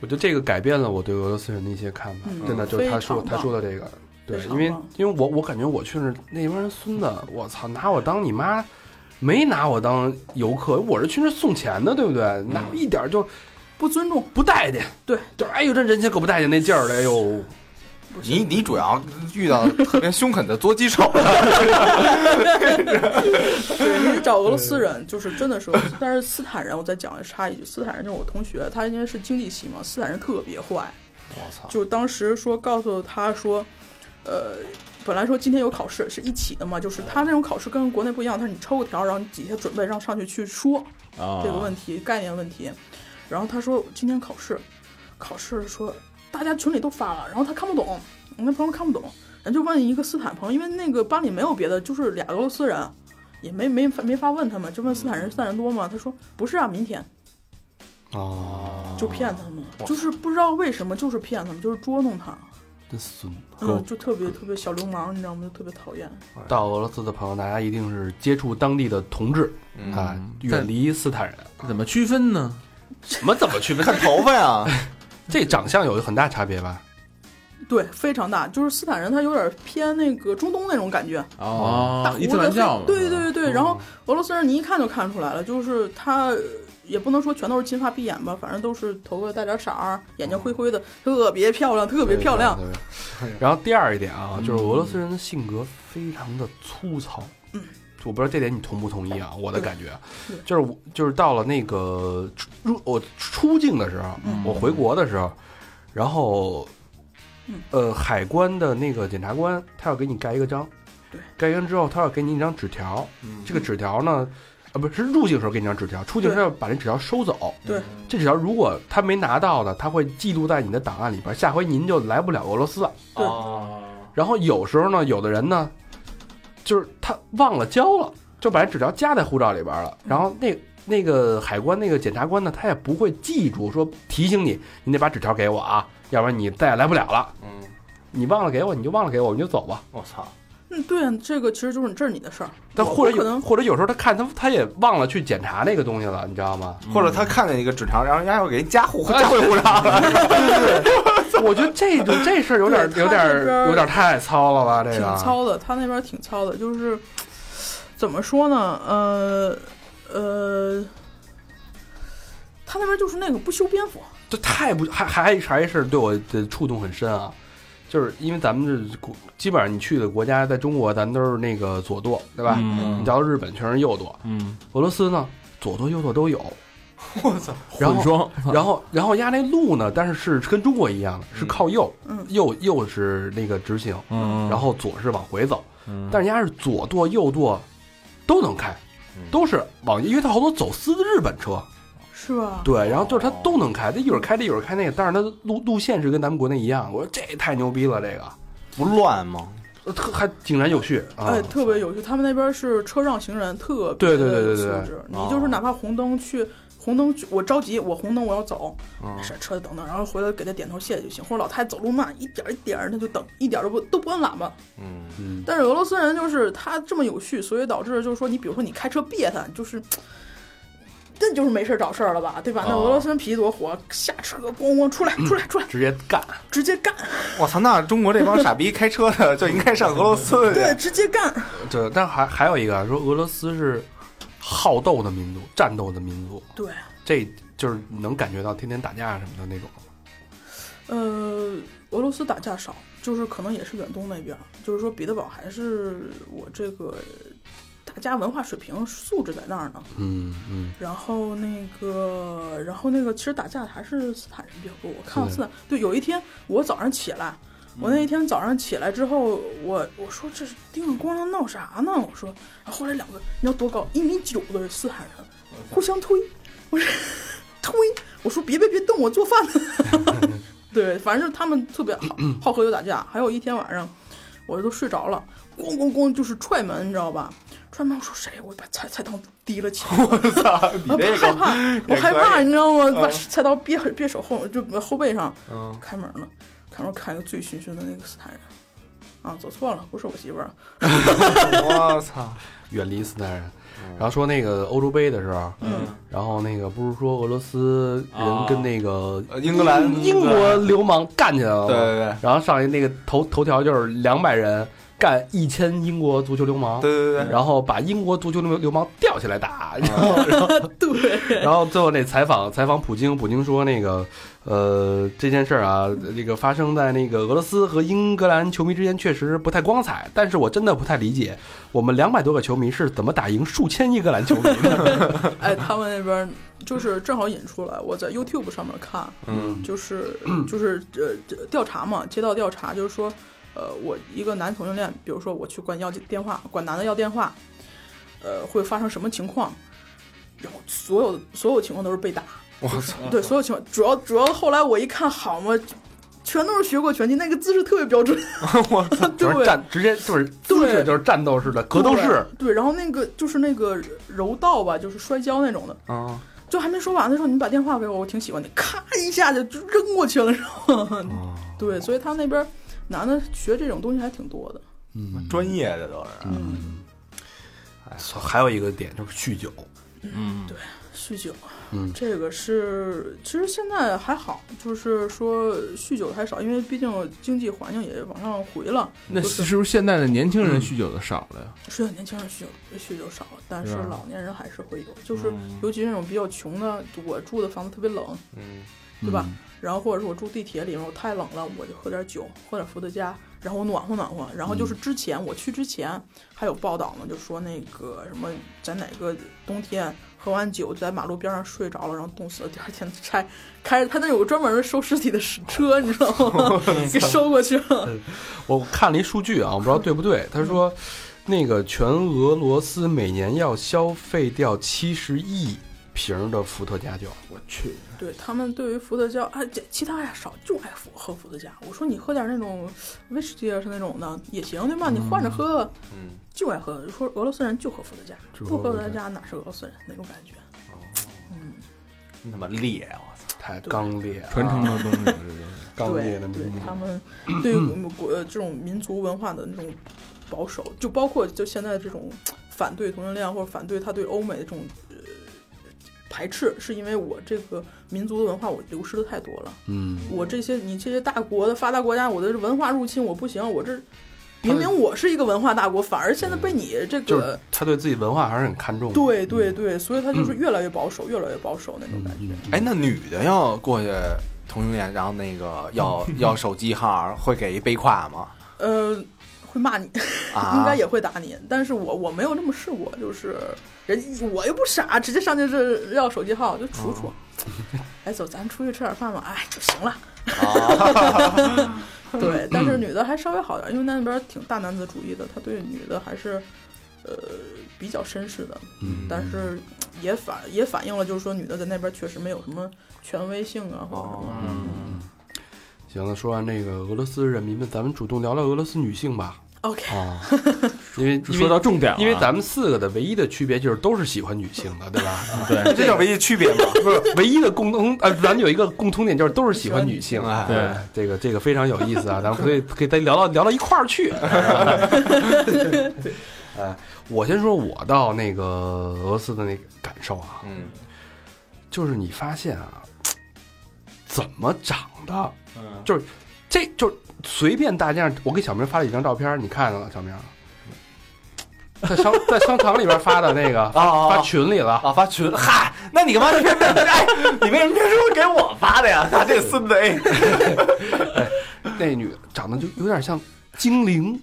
B: 我觉得这个改变了我对俄罗斯人的一些看法，
E: 嗯
B: 真的就是他说
E: 非常棒
B: 他说的这个，对，
E: 非
B: 因
E: 常
B: 为
E: 棒
B: 因为我我感觉我去那儿那帮人孙子，我操，拿我当你妈，没拿我当游客，我是去那儿送钱的，对不对？拿我一点儿就
E: 不尊重，
B: 不待见，
E: 嗯对，
B: 就是哎呦这人家可不待见那劲儿了，哎呦，
C: 你你主要遇到特别凶狠的捉鸡手，
E: 对，你找俄罗斯人就是真的是俄罗斯，但是斯坦人，我再讲插一句，斯坦人就是我同学，他因为是经济系嘛，斯坦人特别坏，
C: 我操，
E: 就当时说告诉他说，呃，本来说今天有考试是一起的嘛，就是他那种考试跟国内不一样，他是你抽个条，然后你底下准备，让上去去说
D: 啊，
E: 这个问题、概念问题，然后他说今天考试，考试说大家群里都发了，然后他看不懂，我那朋友看不懂，人就问一个斯坦朋友，因为那个班里没有别的，就是俩俄罗斯人，也没没法没法问他们，就问斯坦人，斯坦人多吗？他说不是啊，明天
B: 哦，
E: 就骗他们，就是不知道为什么就是骗他们，就是捉弄他，
B: 真孙子。
E: 嗯，就特别特别小流氓，你知道吗？就特别讨厌。
B: 到俄罗斯的朋友，大家一定是接触当地的同志
C: 嗯
B: 啊
D: 嗯，
B: 远离斯坦人。
D: 这怎么区分呢？
B: 什么怎么区分？
C: 看头发呀，
B: 这长相有很大差别吧？
E: 对，非常大，就是斯坦人，他有点偏那个中东那种感觉，
B: 啊
E: 大
D: 哦，
E: 胡
D: 伊斯
E: 子
D: 兰
E: 黑
D: 教嘛，
E: 对对对对。然
B: 嗯
E: 后俄罗斯人你一看就看出来了，就是他呃也不能说全都是金发碧眼吧，反正都是头发带点色儿，眼睛灰灰的，特别漂亮，特别漂亮。
B: 对。对 对然后第二一点啊，就是俄罗斯人的性格非常的粗糙。
E: 嗯，
B: 我不知道这点你同不同意啊？我的感觉
E: 对
B: 就是我，就是到了那个出入我出境的时候，
E: 嗯
B: 我回国的时候，然后
E: 嗯，
B: 呃，海关的那个检察官他要给你盖一个章，
E: 对，
B: 盖完之后他要给你一张纸条，
C: 嗯
B: 这个纸条呢。啊，不是入境时候给你张纸条，出境时候
E: 对
B: 要把那纸条收走。
E: 对，
B: 这纸条如果他没拿到的，他会记录在你的档案里边，下回您就来不了俄罗斯了。
E: 对
C: 哦
B: 然后有时候呢，有的人呢，就是他忘了交了，就把纸条夹在护照里边了。然后那那个海关那个检察官呢，他也不会记住说提醒你，你得把纸条给我啊，要不然你再也来不了了。
C: 嗯，
B: 你忘了给我，你就忘了给我，你就走吧。
C: 我操，
E: 嗯，对啊，这个其实就是这是你的事儿。
B: 但
E: 我
B: 或者
E: 不可
B: 有
E: 能
B: 或者有时候他看他他也忘了去检查那个东西了，你知道吗？哎
C: 或者他看见一个纸条，然后人家要给人加护加回护照了，
B: 我觉得这种这事儿有点
E: 对
B: 有点
E: 他这边儿
B: 有点太糙了吧？这
E: 挺
B: 个
E: 糙的，他那边挺糙的，就是怎么说呢？呃呃，他那边就是那个不修边幅，
B: 这太不还还还一事儿对我的触动很深啊，就是因为咱们这国基本上你去的国家，在中国咱们都是那个左舵，对吧？你
D: 嗯
B: 到日本全是右舵，
D: 嗯，
B: 俄罗斯呢左舵右舵都有，
C: 我操，
B: 然
D: 混
B: 后
D: 双，
B: 然后然后压那路呢，但是是跟中国一样的，是靠右，
E: 嗯
B: 右右是那个直行，
D: 嗯，
B: 然后左是往回走，
D: 嗯，
B: 但是人家是左舵右舵都能开，都是往，因为它好多走私的日本车，
E: 是吧？
B: 对，然后就是它都能开，它一会儿开这一会儿开那个，但是它路路线是跟咱们国内一样，我说这太牛逼了，这个
F: 不乱吗？
B: 呃特还井然有序啊
E: 哎，，特别有趣。他们那边是车让行人，特
B: 对
E: 别
B: 对对对
E: 素
B: 对对啊
E: 质。你就是哪怕红灯去，红灯去我着急，我红灯我要走，
B: 啊
E: 没事，车等等，然后回来给他点头谢谢就行。或者老太太走路慢，一点儿一点儿，他就等，一点儿都不都不摁喇叭。
F: 嗯，
B: 嗯，
E: 但是俄罗斯人就是他这么有序，所以导致就是说，你比如说你开车别他，就是。这就是没事儿找事儿了吧，对吧？那俄罗斯人脾气多火，下车咣咣出来，出来，出来，
B: 直接干，
E: 直接干，
F: 我操，那中国这帮傻逼开车的就应该上俄罗斯去。
E: 对，直接干。
B: 对，但还还有一个啊说俄罗斯是好斗的民族，战斗的民族，
E: 对，
B: 这就是能感觉到天天打架什么的那种，
E: 呃，俄罗斯打架少，就是可能也是远东那边儿，就是说彼得堡还是我这个大家文化水平素质在那儿呢。
B: 嗯嗯，
E: 然后那个，然后那个，其实打架还是斯坦人比较多。我看到
B: 是
E: 斯坦，对，有一天我早上起来，我那一天早上起来之后，我我说这是叮了咣啷闹啥呢？我说，然后后来两个，你知道多高？一米九的斯坦人互相推，我说推，我说别别别动我做 饭呢。对，反正他们特别好好喝酒打架。还有一天晚上，我都睡着了，咣咣咣就是踹门，你知道吧？踹门，我说谁？我把菜菜刀提了起来。我
F: 这
E: 害
F: 个
E: 怕，我
F: 也
E: 害
F: 可以
E: 怕，你知道吗？把
F: 嗯
E: 菜刀别别手后就后背上，
B: 嗯
E: 开门了，开门看一个醉醺醺的那个斯坦人，啊，走错了，不是我媳妇儿，
F: 我操，
B: 远离斯坦人。
F: 嗯
B: 然后说那个欧洲杯的时候，
E: 嗯，
B: 然后那个不是说俄罗斯人跟那个
F: 呃英格兰
B: 英国流氓干起来了吗？
F: 对对
B: 然后上去那个头头条就是两百人干一千英国足球流氓，
F: 对对
C: 嗯
F: 对对，
B: 然后把英国足球流流氓吊起来打，然
F: 嗯
B: 后然后对，然后最后那采访采访普京，普京说那个呃这件事儿啊，这个发生在那个俄罗斯和英格兰球迷之间确实不太光彩，但是我真的不太理解我们两百多个球迷是怎么打赢数千英格兰球迷 的。
E: 哎，他们那边就是正好引出来，我在 YouTube 上面看，
B: 嗯
E: 就是就是呃这调查嘛，街道调查，就是说，呃，我一个男同性恋，比如说我去管要电话，管男的要电话，呃，会发生什么情况？然后所有所有情况都是被打，
F: 我操，
E: 对，所有情况，主要主要后来我一看，好嘛，全都是学过拳击，那个姿势特别 标准，
F: 我
B: 就是
E: 对
B: 战直接就是姿势
E: 对
B: 就是战斗式的格斗式，
E: 对，对然后那个就是那个柔道吧，就是摔跤那种的，
F: 啊，
E: 就还没说完的时候，你把电话给我，我挺喜欢的，咔一下就就扔过去了，然后， 对，所以他那边男的学这种东西还挺多的，
B: 嗯
F: 专业的都是。
E: 嗯，
B: 还有一个点就是酗酒，
D: 嗯，
E: 酗酒，
B: 嗯
E: 这个是其实现在还好，就是说酗酒还少，因为毕竟经济环境也往上回了，
D: 那
E: 就是
D: 是不是现在的年轻人酗酒的少了呀？
E: 是有年轻人酗酒酗酒少，但是
D: 是吧
E: 老年人还是会有，就是
D: 嗯
E: 尤其那种比较穷的，我住的房子特别冷，
F: 嗯，
E: 对吧？然后或者是我住地铁里面，我太冷了，我就喝点酒，喝点伏特加，然后我暖和暖和。然后就是之前、我去之前还有报道呢，就说那个什么在哪个冬天喝完酒就在马路边上睡着了，然后冻死了，第二天拆开着他那有个专门收尸体的车，你知道吗？给收过去了。
B: 我看了一数据啊，我不知道对不对，他说那个全俄罗斯每年要消费掉七十亿瓶的伏特加酒，
D: 我去，
E: 对他们对于伏特加，哎，这其他呀少，就爱伏喝伏特加。我说你喝点那种威士忌啊，是那种的也行，对吧？你换着喝，
F: 嗯，
E: 就爱喝。说俄罗斯人就喝伏特加，
B: 就喝
E: 不喝
B: 伏
E: 伏
B: 特
E: 特
B: 加
E: 加哪是俄罗斯人那种感觉？嗯，
F: 真他妈烈，我操，
B: 太刚烈了，
D: 嗯传承的东西，这 个
B: 刚烈
E: 对
B: 的
E: 对
B: 民，
E: 他们对于我们国呃这种民族文化的那种保守，就啊包括就现在这种反对同性恋或者反对他对欧美的这种呃排斥，是因为我这个民族的文化我流失的太多了。
B: 嗯，
E: 我这些你这些大国的发达国家，我的文化入侵我不行，我这明明我是一个文化大国，反而现在被你这
B: 嗯
E: 个。
B: 就是他对自己文化还是很看重的。
E: 对对对，所以他
B: 嗯
E: 就是越来越保守，越来越保守那种感觉。
C: 哎，那女的要过去同性恋，然后那个要要手机号，会给一背胯吗？
E: 呃，会骂你，
C: 啊，
E: 应该也会打你，但是我我没有这么试过，就是人我又不傻，直接上去是要手机号就处
B: 哦
E: 处。哎，走，咱出去吃点饭吧，哎就行了。
B: 哦
E: 对，但是女的还稍微好点，因为那边挺大男子主义的，他对女的还是呃比较绅士的，
B: 嗯，
E: 但是也反也反映了，就是说女的在那边确实没有什么权威性啊，或者什么。
B: 嗯，嗯行了，说完这个俄罗斯人民们，咱们主动聊聊俄罗斯女性吧。
E: OK，
B: 啊，因为
D: 说到重点了啊，
B: 因为咱们四个的唯一的区别就是都是喜欢女性的，对吧？
D: 对
C: 这叫唯一区别吗？
B: 不是唯一的共同啊，咱们有一个共通点就是都是喜欢女性啊。
D: 对
B: 哎这个这个非常有意思啊，咱们可 以可以再聊到聊到一块儿 去。哎，我先说我到那个俄罗斯的那个感受啊，
C: 嗯，
B: 就是你发现啊，怎么长的，
D: 嗯
B: 这就随便大街上，我给小明发了几张照片，你看了小明？在商在商场里边发的那个，
C: 啊啊
B: 发
C: 啊
B: 群里了。
C: 啊！发群，嗨，那你干嘛？你为什么哎，你为什么这时候给我发的呀？他这孙子， 哎，
B: 那女的长得就有点像精灵，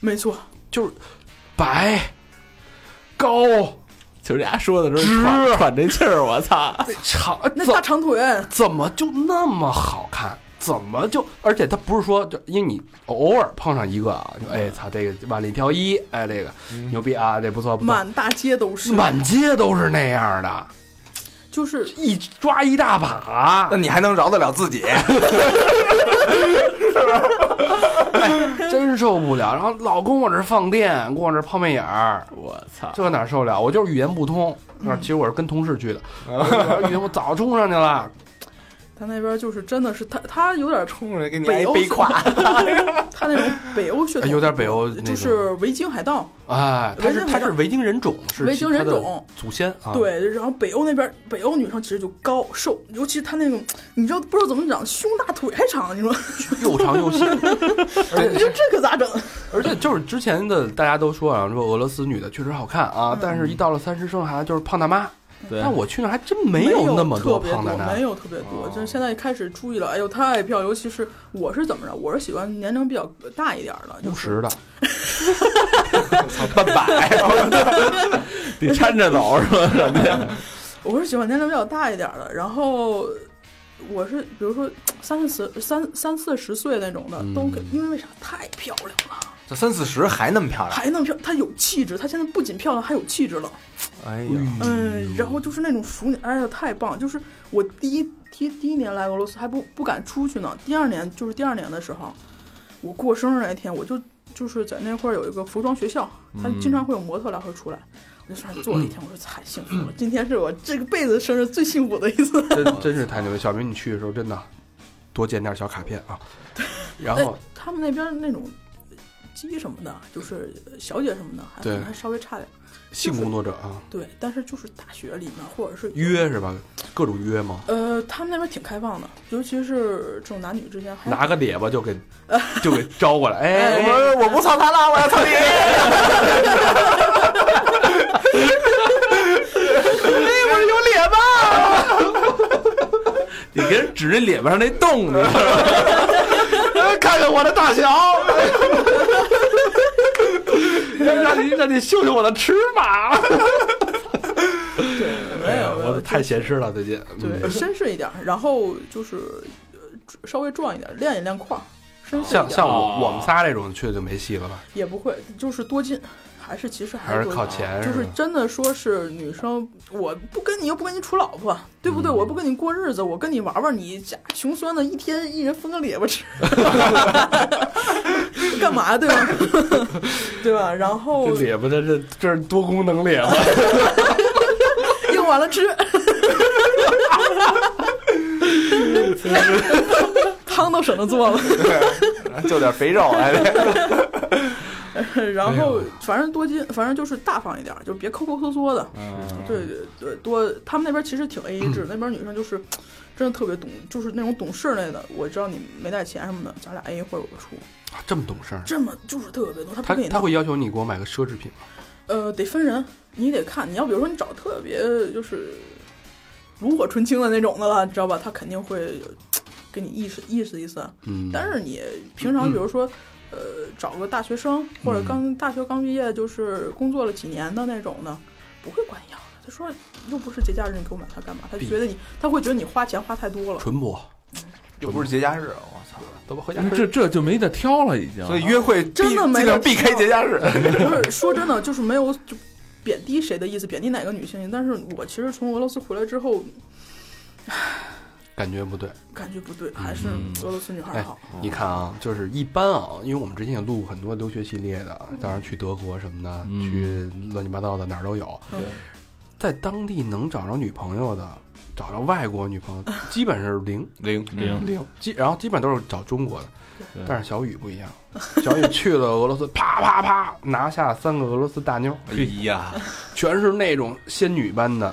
E: 没错，
B: 就是白、高、
F: 就是人家说的时
B: 直
F: 候
D: 啊
F: 喘喘这气儿，我操！
B: 长，
E: 那
B: 怎
E: 大长腿，
B: 怎么就那么好看？怎么就？而且她不是说，就因为你偶尔碰上一个啊，就
F: 嗯
B: 哎操，这个万里挑一，哎这个牛逼啊，这不错不错，
E: 满大街都是，
B: 满街都是那样的，
E: 就是
B: 一抓一大把
C: 那。你还能饶得了自己？
F: 嗯
B: 真受不了。然后老公往这儿放电，给我这儿抛媚眼儿，
F: 我操！嗯
B: 这哪受得了？我就是语言不通。那其实我是跟同事去的，我语言我早冲上去了。
E: 他那边就是真的是他，他有 点
C: 冲着给你
E: 北
C: 挨
E: 欧
C: 背胯，
E: 他那种北 欧血统，
B: 啊有点北欧那种
E: 就是维京海盗，
B: 哎，他是
E: 维京人种
B: 他是维京人种，是
E: 维京人种
B: 他的祖先啊。，
E: 对，然后北欧那边北欧女生其实就高瘦，尤其是她那种，你知道不知道怎么长，胸大腿还长，你说
B: 又长 又细。
E: 你说这可咋整？
B: 而且就是之前的大家都说啊，说俄罗斯女的确实好看
E: 嗯
B: 啊，但是一到了三十生孩子就是胖大妈。
D: 对，
B: 但我去那儿还真没
E: 有
B: 那么
E: 特别
B: 胖大哦妈
E: 没。有特别多，就是现在开始注意了，哎呦太漂亮，尤其是我是怎么着，我是喜欢年龄比较大一点儿的，就
B: 五
E: 是
B: 十的，
C: 半百，
F: 得搀着走是 吧？
E: 我是喜欢年龄比较大一点儿的，然后我是比如说三四十、三三四十岁那种的，都可以，因为为啥太漂亮了，
C: 这三四十还那么漂亮，
E: 还能漂，她有气质，她现在不仅漂亮，还有气质了，
C: 哎呀，
E: 嗯，然后就是那种熟女，哎呀太棒！就是我第一第一第一年来俄罗斯还不不敢出去呢，第二年就是第二年的时候，我过生日那天我就。就是在那会儿有一个服装学校，他经常会有模特来回出来，我就上那坐了一天，我说太幸福了，今天是我这个辈子生日最幸福的一次。
B: 真真是太牛了！小明，你去的时候真的多捡点小卡片啊。然后
E: 哎，他们那边那种鸡什么的，就是小姐什么的，还可
B: 对
E: 能还稍微差点。
B: 性工作者啊，
E: 对，但是就是大学里面或者是
B: 约，是吧？各种约吗？
E: 呃，他们那边挺开放的，尤其是这种男女之间还
B: 拿个脸巴就给就给招过来，哎，
C: 我我不操他了，我要操你！
B: 哎
F: 你给人指着脸巴上那洞，你知道吗
B: 哎看看我的大小，哎让你让你嗅嗅我的尺码。哎
E: 没有，没有
B: 我太闲适了，最近。
E: 对
B: 嗯，
E: 绅士一点，然后就是呃稍微壮一点，练一练块儿，绅士一
B: 像
E: 点
B: 像我我们仨这种去的就没戏了吧？
E: 也不会，就是多金，还是其实
B: 还
E: 还
B: 是
E: 是多
B: 靠
E: 金
B: 钱
E: 就是是
B: 吧？
E: 真的说是女生，我不跟你又不跟你处老婆，对不对？
B: 嗯
E: 我不跟你过日子，我跟你玩玩你，家穷酸的，一天一人分个列巴吃， 干嘛对吧？ 对吧？然后
B: 这脸巴这这这是多功能脸巴，
E: 用完 了吃。汤都省着做了，
C: 就点肥肉，哎，
E: 然后反正多金，反正就是大方一点，就别抠抠缩缩的。
B: 嗯
E: 对对对，多他们那边其实挺 A A 制，那边女生就是真的特别懂，就是那种懂事类的。我知道你没带钱什么的，咱俩 A 或者我出，
B: 啊 这么懂事儿。
E: 这么就是特别多。他
B: 他
E: 不给你
B: 他会要求你给我买个奢侈品吗？
E: 呃，得分人，你得看，你要比如说你找特别就是炉火纯青的那种的了，你知道吧？他肯定会呃给你意识意思意思。
B: 嗯，
E: 但是你平常比如说，呃，找个大学生或者刚大学刚毕业，就是工作了几年的那种的，不会管你要的。他说又不是节假日，你给我买它干嘛？他觉得你，他会觉得你花钱花太多了。
B: 淳朴，
C: 又不是节假日，啊我操！
B: 走吧，回家
D: 那
B: 吃
D: 这这就没得挑了，已经。
C: 所以约会避
E: 真的没
C: 尽
E: 得
C: 量避开节假日。
E: 不是说 真的，就是没有就贬低谁的意思，贬低哪个女性。但是我其实从俄罗斯回来之后，
B: 感觉不对。
E: 感觉不对，还是俄罗斯女孩好。
B: 你看啊，就是一般啊，因为我们之前也录过很多留学系列的，当然去德国什么的，
D: 嗯
B: 去乱七八糟的哪儿都有。
E: 嗯
B: 在当地能找着女朋友的，找着外国女朋友，基本是零
C: 零
E: 嗯
D: 零
B: 零，基然后基本都是找中国的
D: 对。
B: 但是小雨不一样，小雨去了俄罗斯，啪啪啪拿下三个俄罗斯大妞，
C: 哎呀，
B: 全是那种仙女般的。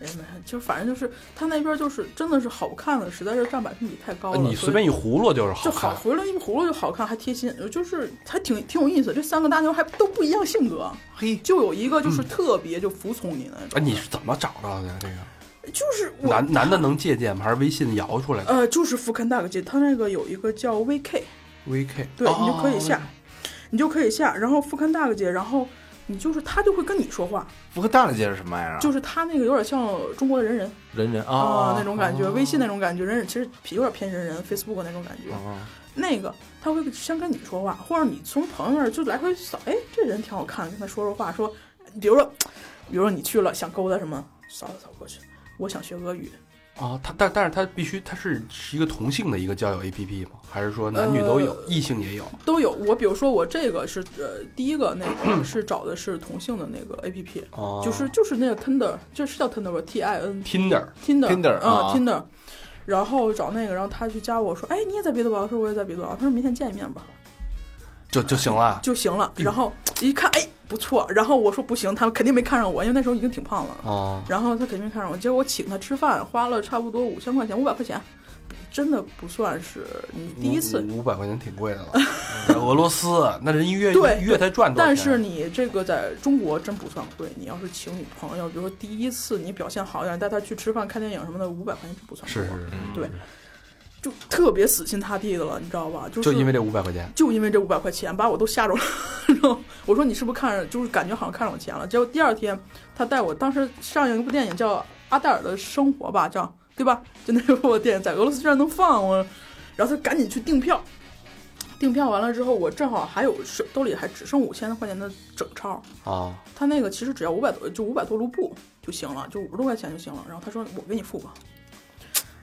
E: 哎呀妈呀，就反正就是他那边就是真的是好看的，实在是占百分比太高了。
B: 啊你
E: 哦
B: 随
E: 所
B: 便
E: 以
B: 一葫芦就是好
E: 就好
B: 看，
E: 回来一葫芦就好看，还贴心，就是还挺挺有意思。这三个大妞还都不一样性格，
C: 嘿，
E: 就有一个就是特别就服从你那
B: 哎，
E: 种。
B: 嗯你是怎么找到的呀？这个
E: 就是我
B: 男男的能借鉴吗？还是微信摇出来的
E: 呃，就是福肯大哥姐，他那个有一个叫 VK，
B: ？VK
E: 对、你就可
B: 哦
E: 以下，你就可以下，然后福肯大哥姐，然后你就是他就会跟你说话，
C: 不过大了街是什么玩意儿啊？
E: 就是他那个有点像中国的人人
C: 人人
E: 啊、
C: 啊
E: 那种感觉，微信那种感觉，人人其实有点偏人人 Facebook 那种感觉。
C: 啊
E: 那个他会先跟你说话，或者你从朋友那儿就来回扫，哎，这人挺好看，跟他说说话，说，比如说，比如说你去了想勾搭什么，扫扫扫过去，我想学俄语，
B: 啊，他但但是他必须他是是一个同性的一个交友 APP 吗？还是说男女
E: 呃
B: 都有，异性也有？
E: 都有。我比如说我这个是呃第一个那 个是找的是同性的那个 A P P，、
B: 哦，
E: 就是就是那个 Tinder，这是叫 Tinder 吧？T I N
B: Tinder
E: Tinder
C: Tinder，
E: 啊
C: 啊
E: Tinder，然后找那个，然后他去加我说，哎，你也在彼得堡？我说我也在彼得堡。他说明天见一面吧。
B: 就就行了。
E: 就行了。
B: 嗯
E: 然后一看，哎，不错。然后我说不行，他们肯定没看上我，因为那时候已经挺胖了。
B: 哦，
E: 然后他肯定看上我，结果我请他吃饭，花了差不多五千块钱，五百块钱，真的不算是你第一次。
B: 五五百块钱挺贵的了， 在俄罗斯那人一月
E: 对
B: 一月才赚多少
E: 但
B: 钱啊
E: 是你这个在中国真不算贵，你要是请女朋友，比如说第一次你表现好一点，带她去吃饭、看电影什么的，五百块钱真不算贵，
B: 是是，
C: 嗯
E: 就特别死心塌地的了，你知道吧？就是
B: 就因为这五百块钱，
E: 就因为这五百块钱把我都吓着了。然后我说你是不是看上，就是感觉好像看上我钱了？结果第二天他带我，当时上映一部电影叫《阿黛尔的生活》吧，叫对吧？就那部电影在俄罗斯居然能放我，然后他赶紧去订票。订票完了之后，我正好还有手兜里还只剩五千块钱的整钞，
B: 啊，
E: 他那个其实只要五百多，就五百多卢布就行了，就五十多块钱就行了。然后他说我给你付吧。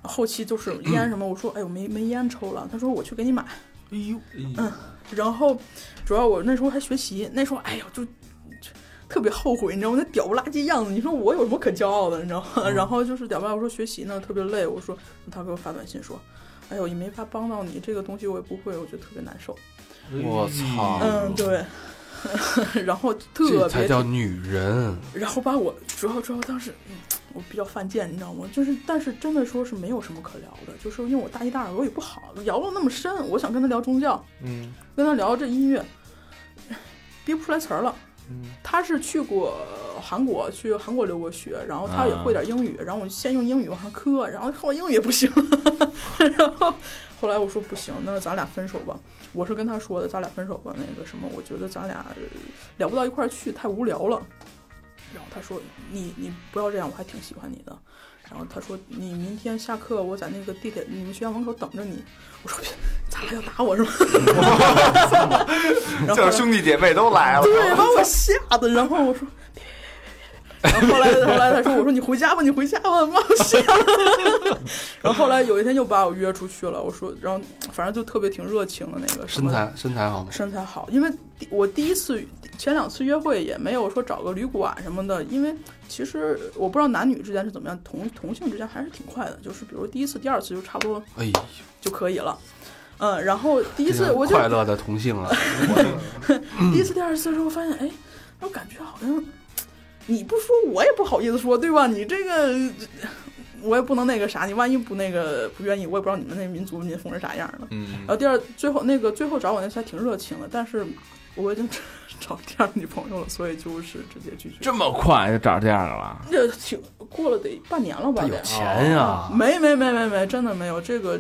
E: 后期就是烟什么，我说哎我没没烟抽了，他说我去给你买。
D: 哎呦，
E: 嗯然后主要我那时候还学习，那时候哎呦就就特别后悔，你知道吗？那屌不拉几样子，你说我有什么可骄傲的，你知道吗？
B: 嗯
E: 然后就是屌不拉，我说学习呢特别累，我说他给我发短信说。哎呦，也没法帮到你，这个东西我也不会，我觉得特别难受。
C: 我操
E: 嗯，对， 然后
B: 哦这
E: 特
B: 才
E: 别
B: 叫女人。
E: 然后把我主要主要当时，嗯，我比较犯贱，你知道吗？就是但是真的说是没有什么可聊的，就是因为我大一大二我也不好聊了那么深，我想跟他聊宗教，
C: 嗯
E: 跟他聊这音乐，憋不出来词儿了。
C: 嗯，
E: 他是去过韩国，去韩国留过学，然后他也会点英语，然后我先用英语往上磕，然后看我英语也不行， 然后后来我说不行，那咱俩分手吧。我是跟他说的，咱俩分手吧。那个什么，我觉得咱俩呃聊不到一块儿去，太无聊了。然后他说你你不要这样，我还挺喜欢你的。然后他说你明天下课我在那个地铁你们学校门口等着你。我说别， 咱俩要打我是吗？然后
C: 就是兄弟姐妹都来了，
E: 对，把我吓得，然后我说别别别别别，然后后来后来他说我说你回家吧，你回家吧，把我吓得。然后后来有一天又把我约出去了，我说，然后反正就特别挺热情的那个什
B: 身
E: 么
B: 材身材好吗？
E: 身材好，因为第我第一次前两次约会也没有说找个旅馆什么的，因为其实我不知道男女之间是怎么样，同同性之间还是挺快的，就是比如第一次、第二次就差不多
B: 哎呦，
E: 就可以了。嗯，然后第一
B: 这
E: 次
B: 个
E: 我就
B: 快乐的同 性啊，
E: 第一次、第二次的时候发现，哎，我感觉好像你不说我也不好意思说，对吧？你这个我也不能那个啥，你万一不那个不愿意，我也不知道你们那民族民风是啥样的。
C: 嗯
E: 然，后第二最后那个最后找我那次还挺热情的，但是我已经找第二个女朋友了，所以就是直接拒绝。
D: 这么快就找这样的了？
E: 这挺过了得半年了吧？
B: 他有
E: 得
B: 钱呀，
E: 没没没没没，真的没有这个，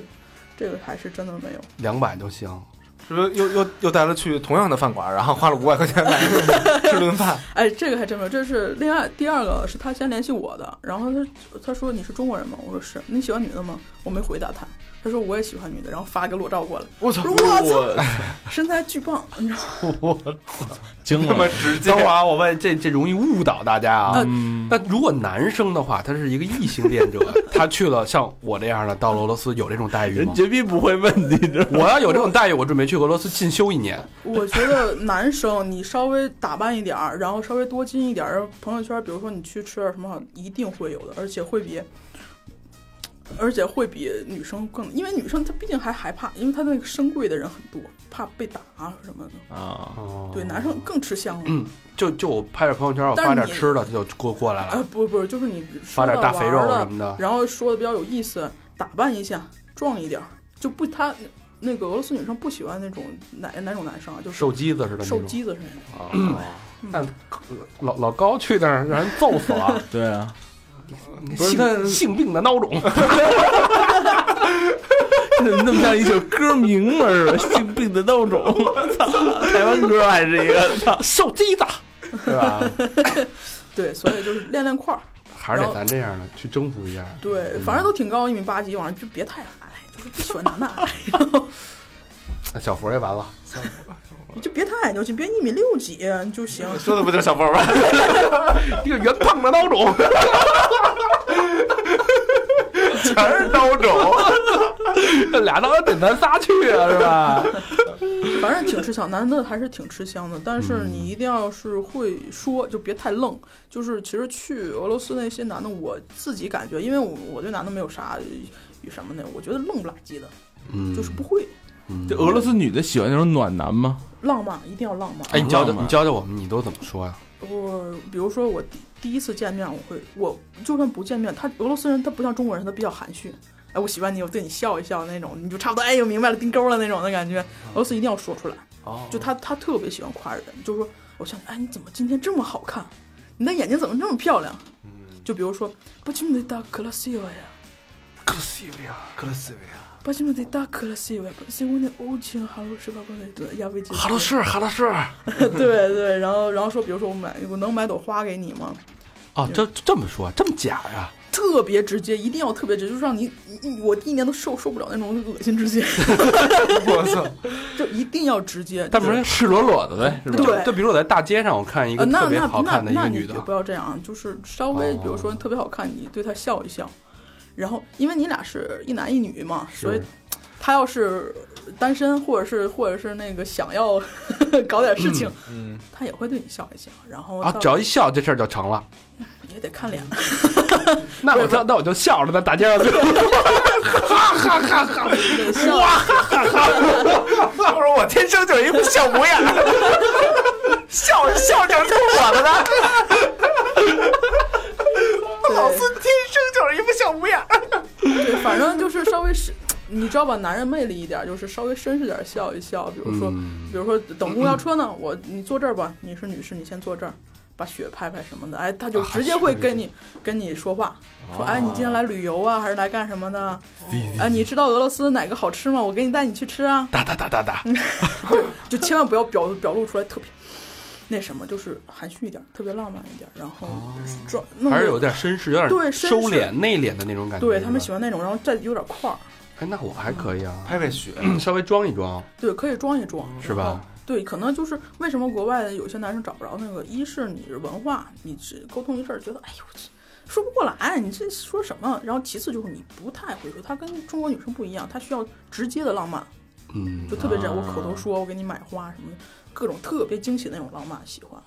E: 这个还是真的没有。
B: 两百就行。
C: 是不是又又又带他去同样的饭馆，然后花了五百块钱买 吃顿饭？
E: 哎，这个还真没有，这是另外第二个是他先联系我的，然后他他说你是中国人吗？我说是，你喜欢女的吗？我没回答他，他说我也喜欢女的，然后发个裸照过来，
C: 我操！
E: 我
C: 我
E: 身材巨棒，你知道吗？
F: 惊
C: 他妈
F: 了，
C: 直接
B: 等会儿啊，我问这这容易误导大家啊。
D: 嗯，
B: 那如果男生的话，他是一个异性 恋者，他去了像我这样的到了俄罗斯有这种待遇
F: 人
B: 吗？
F: 绝逼不会问你这。
B: 我要有这种待遇，我准备去俄罗斯进修一年。
E: 我觉得男生你稍微打扮一点儿，然后稍微多金一点儿，朋友圈比如说你去吃点儿什么好，一定会有的，而且会比，而且会比女生更，因为女生她毕竟还害怕，因为她那个深柜的人很多，怕被打啊什么的。
D: 啊，
E: 对，男生更吃香了。
B: 嗯就就我拍点朋友圈，我发点吃的，他就过过来
E: 啊
B: 了，，
E: 不不，就是你
B: 发
E: 说的
B: 点大肥肉
E: 玩儿
B: 什
E: 的，
B: 么的。
E: 然后说的比较有意思，打扮一下，壮一点儿，就不他那个俄罗斯女生不喜欢那种哪哪种男生啊，就是
B: 瘦鸡子似的那
E: 瘦
B: 种，
E: 鸡子似的。啊
F: 嗯
B: 老老高去那儿让人揍 死了，
D: 对啊，
B: 不是性性病的孬种，
F: 那么像一首歌名嘛 是吧？性病的孬种，操，台湾歌还是一个，操，
B: 瘦鸡子，对 吧？
E: 对，所以就是练练块儿。
B: 还是得咱这样的去征服一下。
E: 对，反正都挺高，一米八几，往上就别太矮，就是不喜欢男的矮，
B: 那小佛也完了，
E: 你就别太矮就行，别一米六几就行。
C: 说的不就是小波吗？
B: 一个圆胖的孬种，
F: 全是孬种。
B: 这 俩孬种得咱仨去啊，是吧？
E: 反正挺吃香，男的还是挺吃香的，但是你一定要是会说，就别太愣。就是其实去俄罗斯那些男的，我自己感觉，因为我我对男的没有啥与什么的，我觉得愣不拉几的，
B: 嗯
E: 就是不会
D: 这俄罗斯女的喜欢那种暖男吗？
E: 浪漫，一定要浪漫。
B: 哎，你教教你教教我们，你都怎么说呀？
E: 我比如说我第第一次见面，我会我就算不见面，他俄罗斯人他不像中国人，他比较含蓄。哎，我喜欢你，我对你笑一笑那种，你就差不多哎呦明白了钉钩了那种的感觉。俄罗斯一定要说出来，
B: 哦
E: 就他他特别喜欢夸人，就说我想哎你怎么今天这么好看？你的眼睛怎么这么漂亮？
B: 嗯
E: 就比如说巴金梅达克拉西维呀，
B: 克西维亚，
C: 克里斯维亚，
E: 巴金梅达克拉西维，西维的欧琴哈罗什巴巴雷德亚维杰，
B: 哈罗士，哈罗士，
E: 对对，然后然后说比如说我买我能买朵花给你吗？
B: 哦，这这么说，这么假呀？
E: 特别直接，一定要特别直接，就是让你，你你我第一年都受受不了那种恶心直接，
C: 我操！
E: 就一定要直接。
B: 但不
E: 就是是
B: 赤裸裸的呗，是吧？
E: 对
B: 就比如我在大街上，我看一个
E: 呃，那
B: 特别
E: 那
B: 好
E: 那
B: 看的一
E: 那
B: 个
E: 你
B: 女的哦
E: 就，不要这样啊，就是稍微，比如说特别好看，你对她笑一笑，然后因为你俩是一男一女嘛，所以他要是单身，或者是或者是那个想要 搞点事情，
C: 嗯，
E: 他也会对你笑一笑，然后
B: 啊，
E: 到
B: 只要一笑，这事儿就成 了。
E: 也得看脸，
B: 那我就那我就笑着在大街上就， 嗯
E: 得笑。
F: 我说我天生就是一副笑模 样，笑笑就是我的呢。
E: 对
F: 天生就是一副笑模样。
E: 对，反正就是稍微是，你知道吧，男人魅力一点，就是稍微绅士点笑一笑，比如说，
B: 嗯
E: 比如说等公交车呢，我你坐这儿吧，你是女士，你先坐这儿。把雪拍拍什么的，哎，他
B: 啊
E: 就直接会跟你、跟你说话，
B: 哦
E: 说哎，你今天来旅游啊，还是来干什么的？哎，你知道俄罗斯哪个好吃吗？我给你带你去吃啊！
B: 哒哒哒哒哒，
E: 就千万不要表表露出来特别那什么，就是含蓄一点，特别浪漫一点，然后装、弄
B: 哦还是
E: 得
B: 有点绅士，有点
E: 对绅士
B: 收敛内敛的那种感觉。
E: 对他们喜
B: 欢。
E: 欢那种，然后再有点块儿，
B: 哎，那我还可以啊，
C: 拍拍雪，
B: 稍微装一装，
E: 对，可以装一装，
B: 是吧？
E: 对，可能就是为什么国外的有些男生找不着那个，一是你是文化，你只沟通一事儿觉得，哎呦，这说不过来，哎你这说什么？然后其次就是你不太会说，他跟中国女生不一样，他需要直接的浪漫，
B: 嗯
E: 就，特别真。我口头说我给你买花什么的，各种特别惊喜那种浪漫喜欢。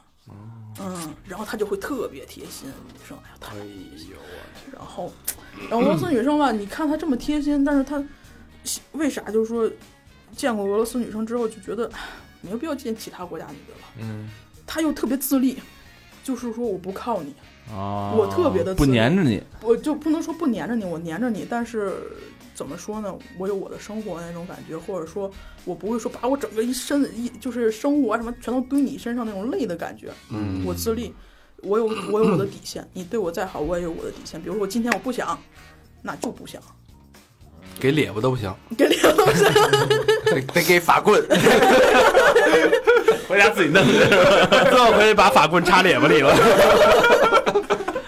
E: 嗯，然后他就会特别贴心，女生哎呀太贴心了，然后，然后俄罗斯女生吧，你看她这么贴心，但是她为啥就是说见过俄罗斯女生之后，就觉得唉 没有必要见其他国家女的了。
C: 嗯，
E: 她又特别自立，就是说我不靠你，
D: 啊，
E: 我特别的
D: 不
E: 自律
D: 粘着你，
E: 我就不能说不粘着你，我粘着你，但是怎么说呢？我有我的生活那种感觉，或者说我不会说把我整个一身的一就是生活啊什么全都堆你身上那种累的感觉。
B: 嗯
E: 我自立，我有我有我的底线，你对我再好，我也有我的底线。比如说我今天我不想，那就不想，
B: 给咧巴都不行，
E: 给脸都不想。
C: 得得给法棍，
F: 回家自己弄去，最后回去把法棍插脸巴里了。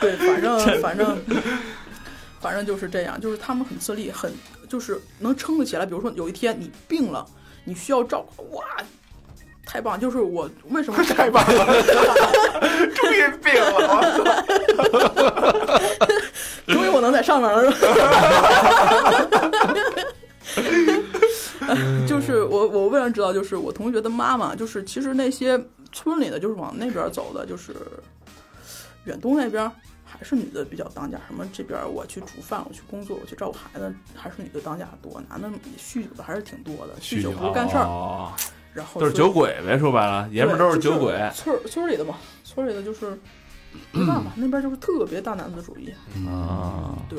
E: 对，反正反正反正就是这样，就是他们很自立，很就是能撑得起来。比如说有一天你病了，你需要照顾，哇，太棒！就是我为什么 太棒了，
F: 终于病了，
E: 终于我能在上面了，是吧？ 就是
D: 嗯
E: 我，我为了知道，就是我同学的妈妈，就是其实那些村里的，就是往那边走的，就是远东那边还是女的比较当家。什么这边我去煮饭，我去工作，我去照顾孩子，还是女的当家多，男的酗酒的还是挺多的，酗酒不是干事儿，
D: 哦，
E: 然后
D: 就是酒鬼呗，说白了，爷们儿都是酒鬼，
E: 对就是村村里的嘛，村里的 就是没办法，那边就是特别大男子主义，
D: 啊，
E: 对。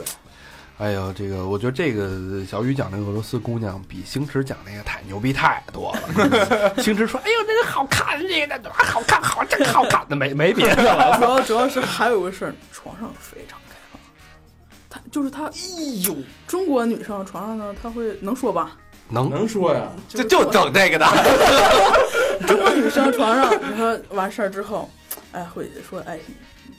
B: 哎呦，这个我觉得这个小雨讲那个俄罗斯姑娘比星驰讲那个太牛逼太多了。 星驰说：“哎呦，那个好看，这个那好看，好真好看。” 那没没别的了。
E: 主要主要是还有个事儿，床上非常开放，他就是他，哎呦，中国女生床上呢，她会能说吧？
B: 能
D: 能说呀，
E: 就
F: 就是就
E: 说
F: 整这个的。
E: 中国女生床上，你说完事儿之后，哎，会说哎，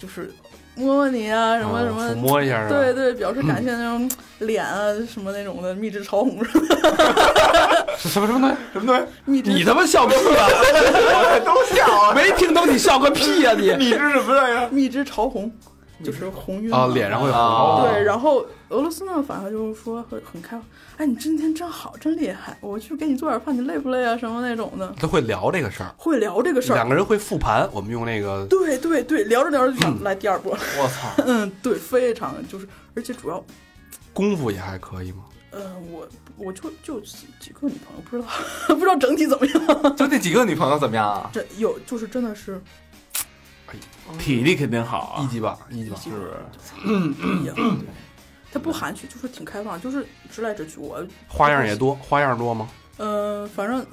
E: 就是摸摸你啊，什么什
B: 啊抚
E: 么。
B: 摸一下是吧？嗯
E: 对对，表示感谢那种脸啊，什么那种的，蜜汁潮红什么的，
B: 什么什么东西？
F: 什么东西？
E: 蜜汁
B: 你他妈笑屁 啊！
F: 我都笑。
B: 没听懂你笑个屁呀、你！
F: 你是什么来着？
E: 蜜汁潮红，就是红晕
B: 啊，
E: 嘛
B: 脸上会红哦
F: 啊。
E: 对，然后俄罗斯呢，反正就是说很很开放，哎，你今天真好，真厉害，我去给你做点饭，你累不累啊？什么那种的，
B: 他会聊这个事儿，
E: 会聊这个事
B: 两
E: 儿。
B: 个人会复盘。我们用那个
E: 对对对，聊着聊着就想来第二波。
C: 我操！
E: 嗯，对，非常就是，而且主要，
B: 功夫也还可以吗？
E: 呃，我我就就几几个女朋友，不知道 不知道整体怎么 样。
C: 就那几个女朋友怎么样啊？
E: 这有就是真的是
D: 体力肯定好
B: 一
D: 啊，
B: 级棒，一级棒。
E: 是不是？嗯嗯，对，他不含蓄，就是挺开放，就是直来直去。我
B: 花样也多，花样多吗？
E: 呃，反正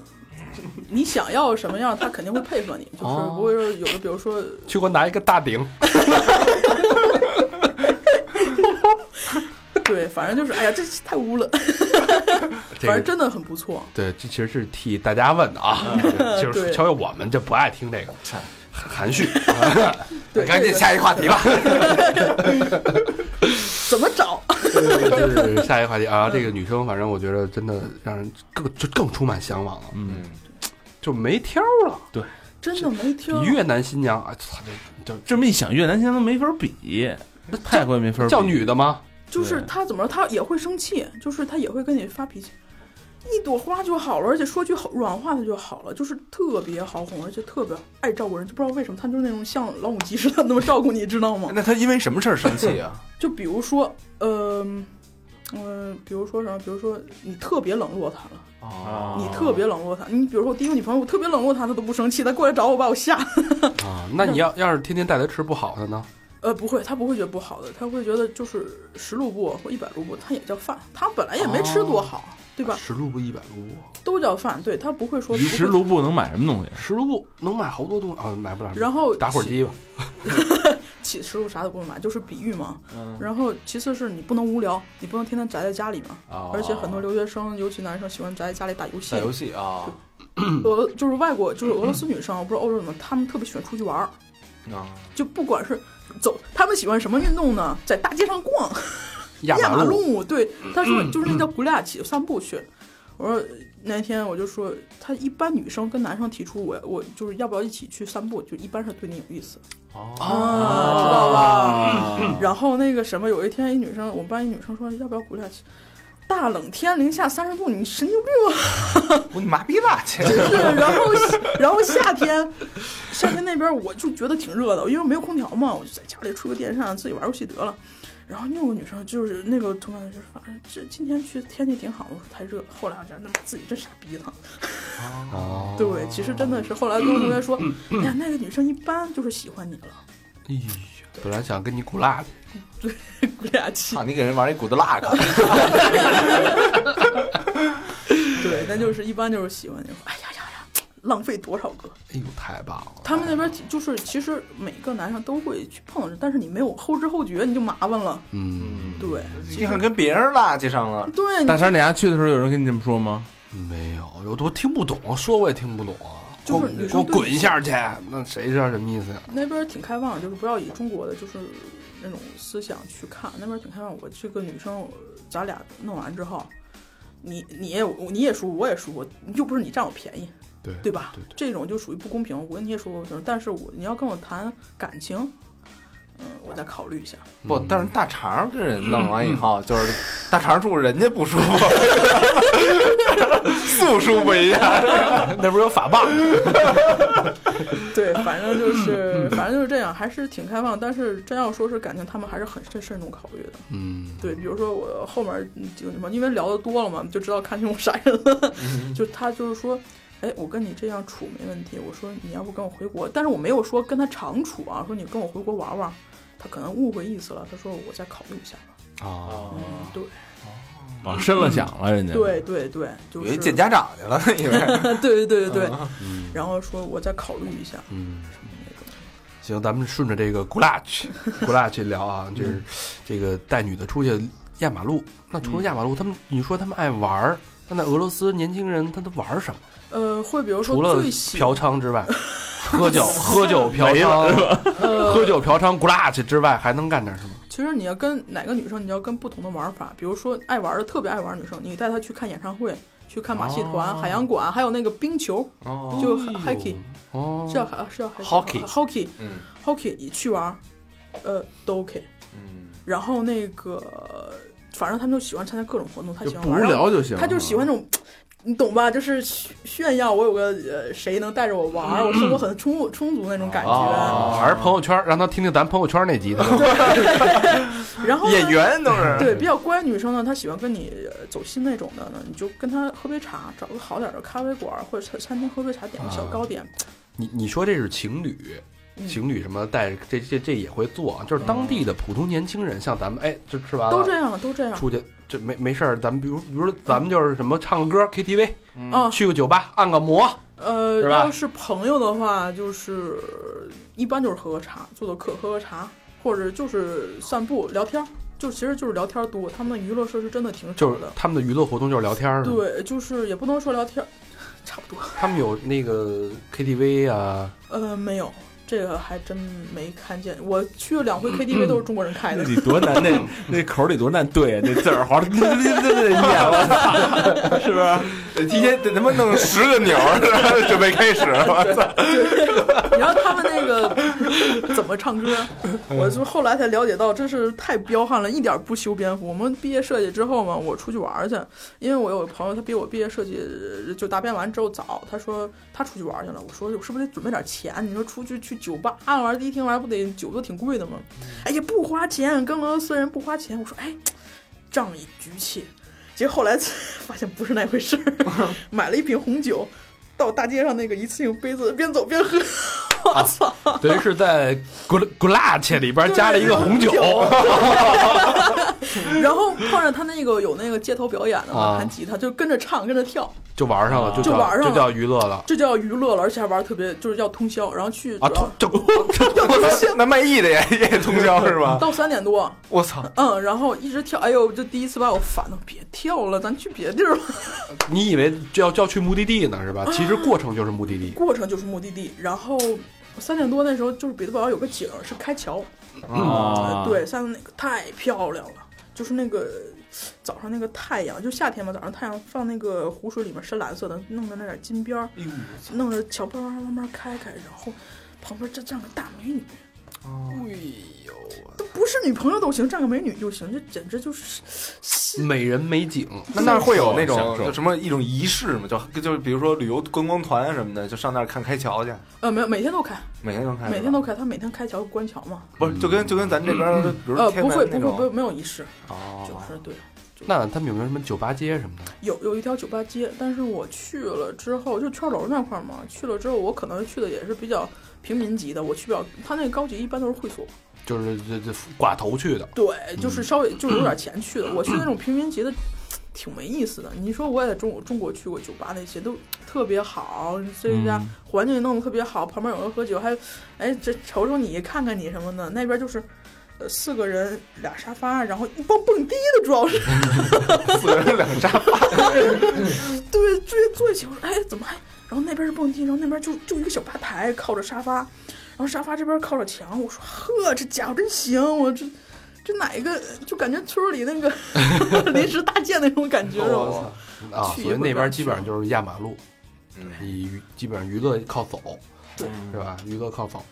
E: 你想要什么样，他肯定会配合你，就是不会说有的，比如说
B: 去给我拿一个大顶，
E: 对，反正就是哎呀，这太污了，
B: 这
E: 反正
B: 个
E: 真的很不错。
B: 对，这其实是替大家问的啊。 就是
E: 对
B: 瞧瞧我们这不爱听这个，很含蓄。
E: 对，
C: 赶紧
E: 这个
C: 下一话题 吧。
E: 怎么找？
B: 就是下一个话题啊，这个女生反正我觉得真的让人更就更充满向往了，
D: 嗯，
B: 就没挑了。
E: 真的没听
B: 比。越南新娘啊，操，这
D: 这么一想，越南现在都没法比，泰国也没法
B: 这
D: 比，
B: 叫女的吗？
E: 就是他怎么着，他也会生气，就是他也会跟你发脾气。一朵花就好了，而且说句好软话的就好了，就是特别好哄，而且特别爱照顾人，就不知道为什么他就是那种像老母鸡似的那么照顾你，知道吗？
C: 那他因为什么事儿生气啊？
E: 就比如说，嗯、嗯、比如说什么？比如说你特别冷落他了，
C: 哦
E: 你特别冷落他。你比如说我第一个女朋友，我特别冷落她，她都不生气，她过来找我把我吓。
B: 啊，那你要要是天天带她吃不好的呢？
E: 呃，不会，她不会觉得不好的，她会觉得就是十卢布或一百卢布，它也叫饭，她本来也没吃多好，对吧？
B: 十卢布一百卢布，
E: 都叫饭，对她不会说
D: 十卢布能买什么东西？
B: 十卢布能买好多东西啊，买不了。
E: 然后
B: 打火机吧，
E: 起十卢啥都不会买，就是比喻嘛。然后其次是你不能无聊，你不能天天宅在家里面，
C: 哦
E: 而且很多留学生，尤其男生喜欢宅在家里打游戏
C: 打。游戏啊
E: 俄就是外国就是俄罗斯女生，我不知道欧洲怎么，她们特别喜欢出去玩儿，
C: 啊！
E: 就不管是走，她们喜欢什么运动呢？在大街上逛，
B: 压
E: 压
B: 马
E: 马路，对，
F: 嗯
E: 他说就是那叫古俩起散步去。我说那天我就说，他一般女生跟男生提出我我就是要不要一起去散步，就一般是对你有意思
F: 哦
E: 啊，知道
F: 嗯
E: 吧？然后那个什么，有一天一女生，我们班一女生说要不要古俩起。大冷天零下三十度，你神经病啊！
F: 我你麻痹吧去！
E: 对，然后然后夏天，夏天那边我就觉得挺热的，因为没有空调嘛，我就在家里吹个电扇，自己玩游戏得了。然后又有女生就是那个同伴就是反正这今天去天气挺好，我说太热了，后来我觉得那妈自己真傻逼呢。
B: 哦，
E: 对，其实真的是后来跟我同学说，哎呀，那个女生一般就是喜欢你了，
B: 哎呀，本来想跟你鼓蜡的，
E: 鼓俩 气
C: 操，。你给人玩一骨头蜡 个，
E: 对，但就是一般就是喜欢你。哎呀呀呀，浪费多少个？
B: 哎呦，太棒了！
E: 他们那边就是其实每个男生都会去碰，但是你没有后知后觉，你就麻烦了。
B: 嗯，
E: 对
C: 你看跟别人垃圾上了，
E: 对，你
D: 大山，你家去的时候有人跟你这么说吗？
B: 没有，我都听不懂，说我也听不懂，给
E: 就
B: 我
E: 是女
B: 给我
E: 生对
B: 滚一下去，那谁知道什么意思呀？
E: 那边挺开放，就是不要以中国的就是那种思想去看，那边挺开放。我这个女生，咱俩弄完之后，你你也你也舒服，我也舒服，又不是你占我便宜，
B: 对
E: 对吧？
B: 对
E: 这种就属于不公平，我跟你也说不平，但是我你要跟我谈感情，嗯，我再考虑一 下。
C: 不，但是大肠这人弄完以后，就是大肠住人家不舒服，速舒服一 下，
B: 那不是有法棒？
E: 对，反正就是反正就是这样，还是挺开放。但是真要说是感情，他们还是很慎慎重考虑的。
B: 嗯，
E: 对，比如说我后面嗯几个女朋友，因为聊的多了嘛，就知道看清我啥人
B: 嗯
E: 了。 就他就是说，哎，我跟你这样处没问题。我说你要不跟我回国，但是我没有说跟他常处啊，说你跟我回国玩玩。他可能误会意思了，他说我再考虑一下吧。
B: 啊，
E: 嗯，对
D: 往深了想了，人家
E: 对对对，就
C: 有
E: 是
C: 一见家长去了，以为
E: 对对对对，
B: 嗯
E: 然后说我再考虑一下。
B: 嗯。行，咱们顺着这个古拉去，古拉去聊啊，就是
E: 嗯
B: 这个带女的出去压马路。那除了压马路，他们你说他们爱玩儿，那在俄罗斯年轻人他都玩儿什么？
E: 呃，会比如
B: 除
E: 说
B: 了
E: 最喜
B: 嫖娼之外，喝酒、喝酒、嫖娼、
E: 呃，
B: 喝酒、嫖娼、古拉去之外，还能干点什么？
E: 其实你要跟哪个女生，你要跟不同的玩法，比如说爱玩的特别爱玩的女生，你带她去看演唱会，去看马戏团、
D: 哦
E: 海洋馆，还有那个冰球，就
D: 哎
E: hockey
B: 哦
E: 是，啊叫海是叫
B: Hockey
E: hockey
C: 嗯
E: hockey 你去玩，呃都 OK。
C: 嗯，
E: 然后那个反正他们就喜欢参加各种活动，他
D: 就
E: 喜欢
D: 不
E: 玩
D: 是，聊就行
E: 然后
D: 了。
E: 他就喜欢那种。你懂吧？就是炫炫耀我有个呃谁能带着我玩儿，我 生活很充足充足那种感觉。
B: 哦还是朋友圈，让他听听咱朋友圈那集的。
E: 啊然后呢
C: 演员都是
B: 嗯
E: 对，比较乖女生呢，她喜欢跟你呃走心那种的呢，你就跟她喝杯茶，找个好点儿的咖啡馆或者餐餐厅喝杯茶，点
B: 啊
E: 个小糕点。
B: 你你说这是情侣，
E: 嗯
B: 情侣什么带这这这也会做，啊就是当地的普通年轻人，像咱们哎，就吃完
E: 都
B: 了
E: 这样，都这样。
B: 出去就没没事儿，咱们比如比如咱们就是什么唱个歌 KTV，
E: 啊，
B: 去个酒吧按个摩，
E: 呃，
B: 是吧
E: 要是朋友的话，就是一般就是喝喝茶，做做客，喝喝茶，或者就是散步聊天儿，就其实就是聊天儿多。他们的娱乐设施真的挺少
B: 就是
E: 的。
B: 他们的娱乐活动就是聊天儿，，
E: 对，就是也不能说聊天儿，差不多。
B: 他们有那个 KTV 啊，
E: 呃，没有，这个还真没看见。我去了两回 KTV 都是中国人开的
D: 那。得多难，那那口里多难对啊，那字儿好像念了，是不是？
C: 得提前得他妈弄十个钮儿 准备开始，我操，
E: 你知道他们那个怎么唱歌？我就后来才了解到，真是太彪悍了，一点儿不修边幅。我们毕业设计之后嘛，我出去玩儿去，因为我有个朋友，他比我毕业设计就答辩完之后早，他说他出去玩儿去了。我说我是不是得准备点钱？你说出去去酒吧玩儿迪厅玩儿，不得酒都挺贵的吗？哎呀，不花钱，跟俄罗斯人不花钱。我说哎，仗义举起。结果后来发现不是那回事儿，买了一瓶红酒，到大街上那个一次性杯子边走边喝，
B: 啊
E: 我操！
B: 等于是在古古拉切里边加了一个红酒，
E: 然后碰上他那个有那个街头表演的
B: 啊
E: 嘛，弹吉他就跟着唱，跟着跳，
B: 就玩上了，就
E: 就
B: 叫
E: 玩上了
B: 就叫娱乐了
E: 这叫娱乐了，而且还玩得特别，就是要通宵，然后去
B: 啊，
E: 主
B: 通
E: 要
B: 就
E: 要通宵
C: 那卖艺的也也通宵是吧？
E: 到三点多，
C: 我操，
E: 嗯，然后一直跳，哎呦，这第一次把我烦的，别跳了，咱去别地儿吧。
B: 你以为就要就要去目的地呢是吧？其实过程就是目的地，
E: 过程就是目的地，然后三点多那时候就是彼得堡有个景儿是开桥，
D: 啊，
E: 对，上面那个太漂亮了，就是那个早上那个太阳，就夏天嘛，早上太阳放那个湖水里面深蓝色的，弄的那点金边儿，
C: 哎
E: 弄着桥慢慢
C: 哦
E: 慢慢开开，然后旁边这站个大美女，哎呦，不是女朋友都行，占个美女就行，这简直就是
B: 美人美景，
C: 那那儿会有那
D: 享
C: 种
D: 受
C: 就什么一种仪式吗？就就比如说旅游观光团什么的，就上那儿看开桥去，
E: 呃，没有每天都开，
C: 每天能看，
E: 每天都开，他每天开桥关桥嘛，
C: 不是就跟就跟咱这边儿，比如说
E: 呃，
C: 天
E: 不
C: 门
E: 会
C: 那
E: 不会
C: 种
E: 不没有仪式，
C: 哦
E: 就是对。
B: 那他们有没有什么酒吧街什么的？
E: 有有一条酒吧街，但是我去了之后，就圈楼那块儿嘛，去了之后，我可能去的也是比较平民级的，我去不了，他那个高级一般都是会所，
B: 就是这这寡头去的，
C: 嗯
E: 对，就是稍微就是有点钱去的，我去那种平民级的。挺没意思的，你说我也在中国中国去过酒吧，那些都特别好，这家
C: 嗯
E: 环境弄得特别好，旁边有人喝酒，还有，哎，这瞅瞅你，看看你什么的，那边就是，呃，四个人俩沙发，然后一帮蹦迪的，主要是，
C: 四个人两扎，
E: 对，追坐一起，我说哎，怎么还？然后那边是蹦迪，然后那边就就一个小吧台靠着沙发，然后沙发这边靠着墙。我说呵，这家伙真行，我这这哪一个就感觉村里 那个 临时搭建那种感觉，
C: 我
E: 我
C: 操
B: 啊，
E: 去
B: 所以
E: 也不
B: 那边
E: 敢
B: 基本上就是压马路，
C: 嗯
B: 你娱基本上娱乐靠走，
E: 对
B: 是吧？娱乐靠走，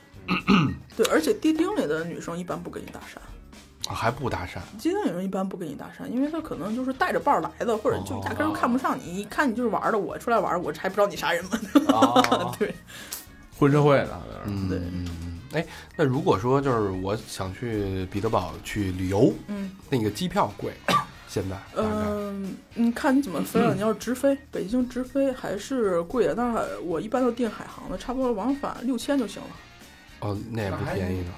E: 对，而且迪厅里的女生一般不跟你搭讪，
B: 啊还不搭讪，
E: 街店里人一般不跟你搭讪，因为她可能就是带着伴儿来的，或者就压根儿看不上你，一看你就是玩儿的，我出来玩儿，我这还不知道你啥人吗？
C: 哦
E: 对
D: 混社会的，有点
B: 嗯
E: 对
B: 嗯嗯。哎，那如果说就是我想去彼得堡去旅游，
E: 嗯。
B: 那个机票贵， 现在大概
E: 嗯，你看你怎么飞了？你要是直飞，北京直飞还是贵的，但是我一般都订海航的，差不多往返六千就行了。
B: 哦，那也不便宜呢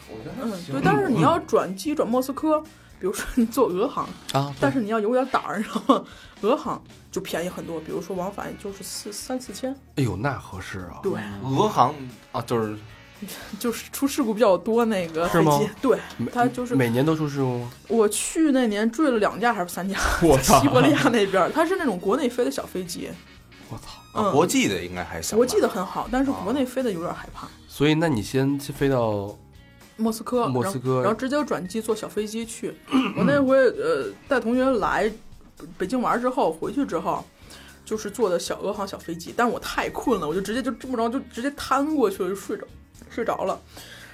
E: 嗯，对，但是你要转机转莫斯科，比如说你坐俄航，
B: 啊
E: 但是你要有点胆儿，你知道吗？俄航就便宜很多，比如说往返也就是四三四千，
B: 哎呦，那合适啊！
E: 对，
C: 俄航啊，就是
E: 就是出事故比较多那个
B: 是
E: 飞
B: 吗
E: 机，对，
B: 每
E: 它就是
B: 每年都出事故吗？
E: 我去那年坠了两架还是三架，
D: 我操
E: 西伯利亚那边儿，它是那种国内飞的小飞机，
B: 我操！
E: 嗯，
C: 国际的应该还行吧，
E: 国际的很好，但是国内飞的有点害怕。
B: 所以那你先去飞到
E: 莫斯科，
B: 莫斯科
E: 然后然后直接转机坐小飞机去。我那回呃带同学来北京玩之后，回去之后就是坐的小俄航小飞机，但我太困了，我就直接就这么着就直接瘫过去了，就睡着睡着了。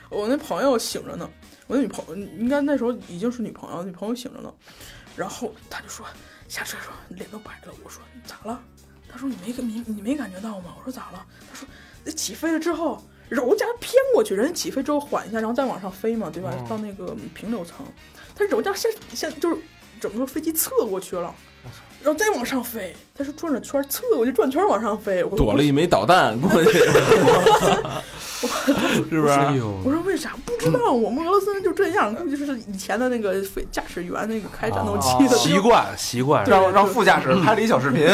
E: 我那朋友醒着呢，我那女朋友应该那时候已经是女朋友，女朋友醒着呢，然后他就说下车说脸都白了，我说你咋了？他说你没感你你没感觉到吗？我说咋了？他说那起飞了之后揉夹偏过去，人家起飞之后缓一下，然后再往上飞嘛，对
D: 嗯
E: 吧？到那个平流层，他揉夹先先就是整个飞机侧过去了。然后再往上飞，他是转着圈儿侧过去转圈儿往上飞，我说
D: 躲了一枚导弹过去，是不
B: 哎
D: 是？
B: 呦
E: 我，说为啥不知道？我们俄罗斯人就这样，估计就是以前的那个飞驾驶员那个开战斗
D: 啊
E: 机的
B: 习惯习惯，
C: 让让副驾驶
E: 嗯
C: 拍了一小视频，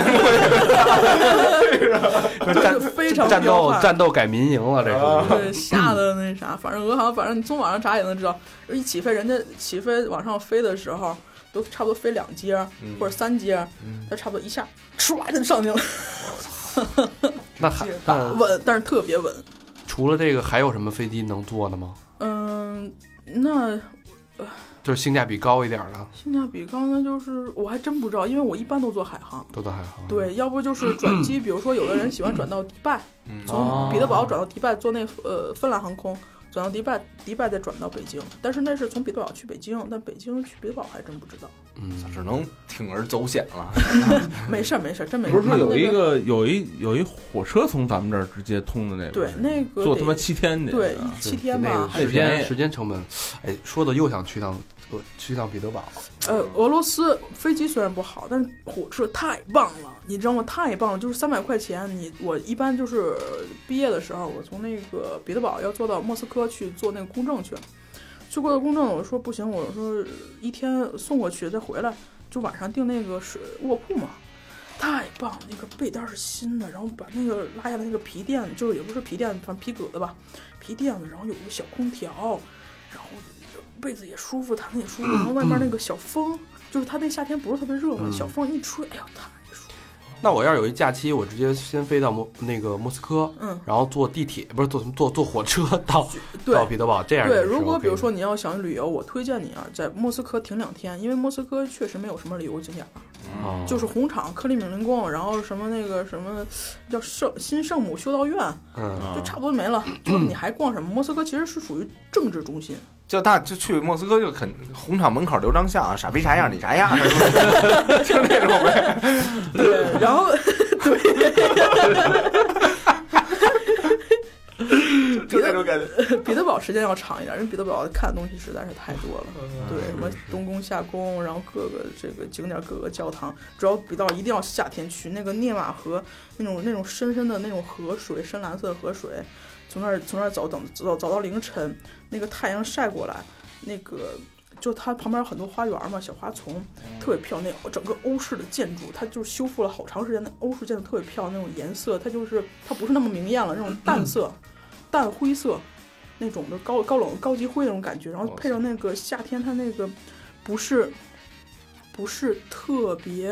E: 就非常啊
B: 战
E: 彪
B: 斗
E: 悍。
B: 战斗改民营了，这是
E: 对，吓得那啥，反正俄航，反正你从网上查也能知道，一起飞，人家起飞往上飞的时候，都差不多飞两阶儿或者三阶儿，它差不多一下唰就上去了，
B: 那还那
E: 稳，但是特别稳。
B: 除了这个还有什么飞机能坐的吗？
E: 嗯，那
B: 就是性价比高一点儿的，
E: 性价比高呢，就是我还真不知道，因为我一般都坐海航。
B: 都在海航。，
E: 对，要不就是转机，比如说有的人喜欢转到迪拜，
C: 嗯
E: 从彼得堡转到迪拜，坐那呃芬兰航空，转到迪拜，迪拜再转到北京。但是那是从彼得堡去北京，但北京去彼得堡还真不知道。
B: 嗯，
C: 只能铤而走险了。
E: 没事儿，没事儿，真没事
D: 不
E: 儿。
D: 是说有一
E: 那个
D: 个有一有一火车从咱们这儿直接通的那个，
E: 对那个
D: 坐
E: 得
D: 他妈七天去，啊
E: 对七天
B: 那
E: 吧
B: 个，
D: 还
B: 时
D: 便
B: 间
D: 宜
B: 时间成本，哎，说的又想去趟呃去趟彼得堡，
E: 呃，俄罗斯飞机虽然不好，但是火车太棒了，你知道吗？太棒了，就是三百块钱，你我一般就是毕业的时候，我从那个彼得堡要坐到莫斯科去坐那个公证去，去过的公证，我说不行，我说一天送过去再回来，就晚上订那个是卧铺嘛。太棒了，那个被单是新的，然后把那个拉下来那个皮垫，就是也不是皮垫，反正皮革的吧，皮垫子，然后有个小空调，然后被子也舒服，躺着也舒
B: 嗯
E: 服，然后外面那个小风，就是它那夏天不是特别热嘛，小风一吹，哎呦太舒服，
B: 那我要是有一假期，我直接先飞到莫那个莫斯科，
E: 嗯
B: 然后坐地铁不是坐什么坐坐火车 到
E: 对
B: 到彼得堡，这样
E: 对，
B: 也是
E: 如果
B: OK
E: 比如说
B: 的
E: 你要想旅游，我推荐你啊，在莫斯科停两天，因为莫斯科确实没有什么旅游景点儿，
B: 哦
E: 就是红场、克里姆林宫，然后什么那个什么叫圣新圣母修道院，
B: 嗯
E: 就差不多没了。就是你还逛什么？莫斯科其实是属于政治中心，
C: 就大就去莫斯科就肯红场门口留张相，傻逼啥样你啥样，就那种呗。
E: 对，然后
C: 就那种感觉。
E: 彼得堡时间要长一点，因为彼得堡看的东西实在是太多了。对，什么东宫、夏宫，然后各个这个景点、各个教堂，主要比到一定要夏天去，那个涅瓦河那种那种深深的那种河水，深蓝色的河水，从那儿从那儿走，等走走到凌晨，那个太阳晒过来，那个就它旁边有很多花园嘛，小花丛，特别漂亮。那整个欧式的建筑，它就是修复了好长时间的欧式建筑，特别漂亮，那种颜色它就是它不是那么明艳了，那种淡色、淡灰色。那种的高高冷高级灰那种感觉，然后配上那个夏天它那个不是不是特别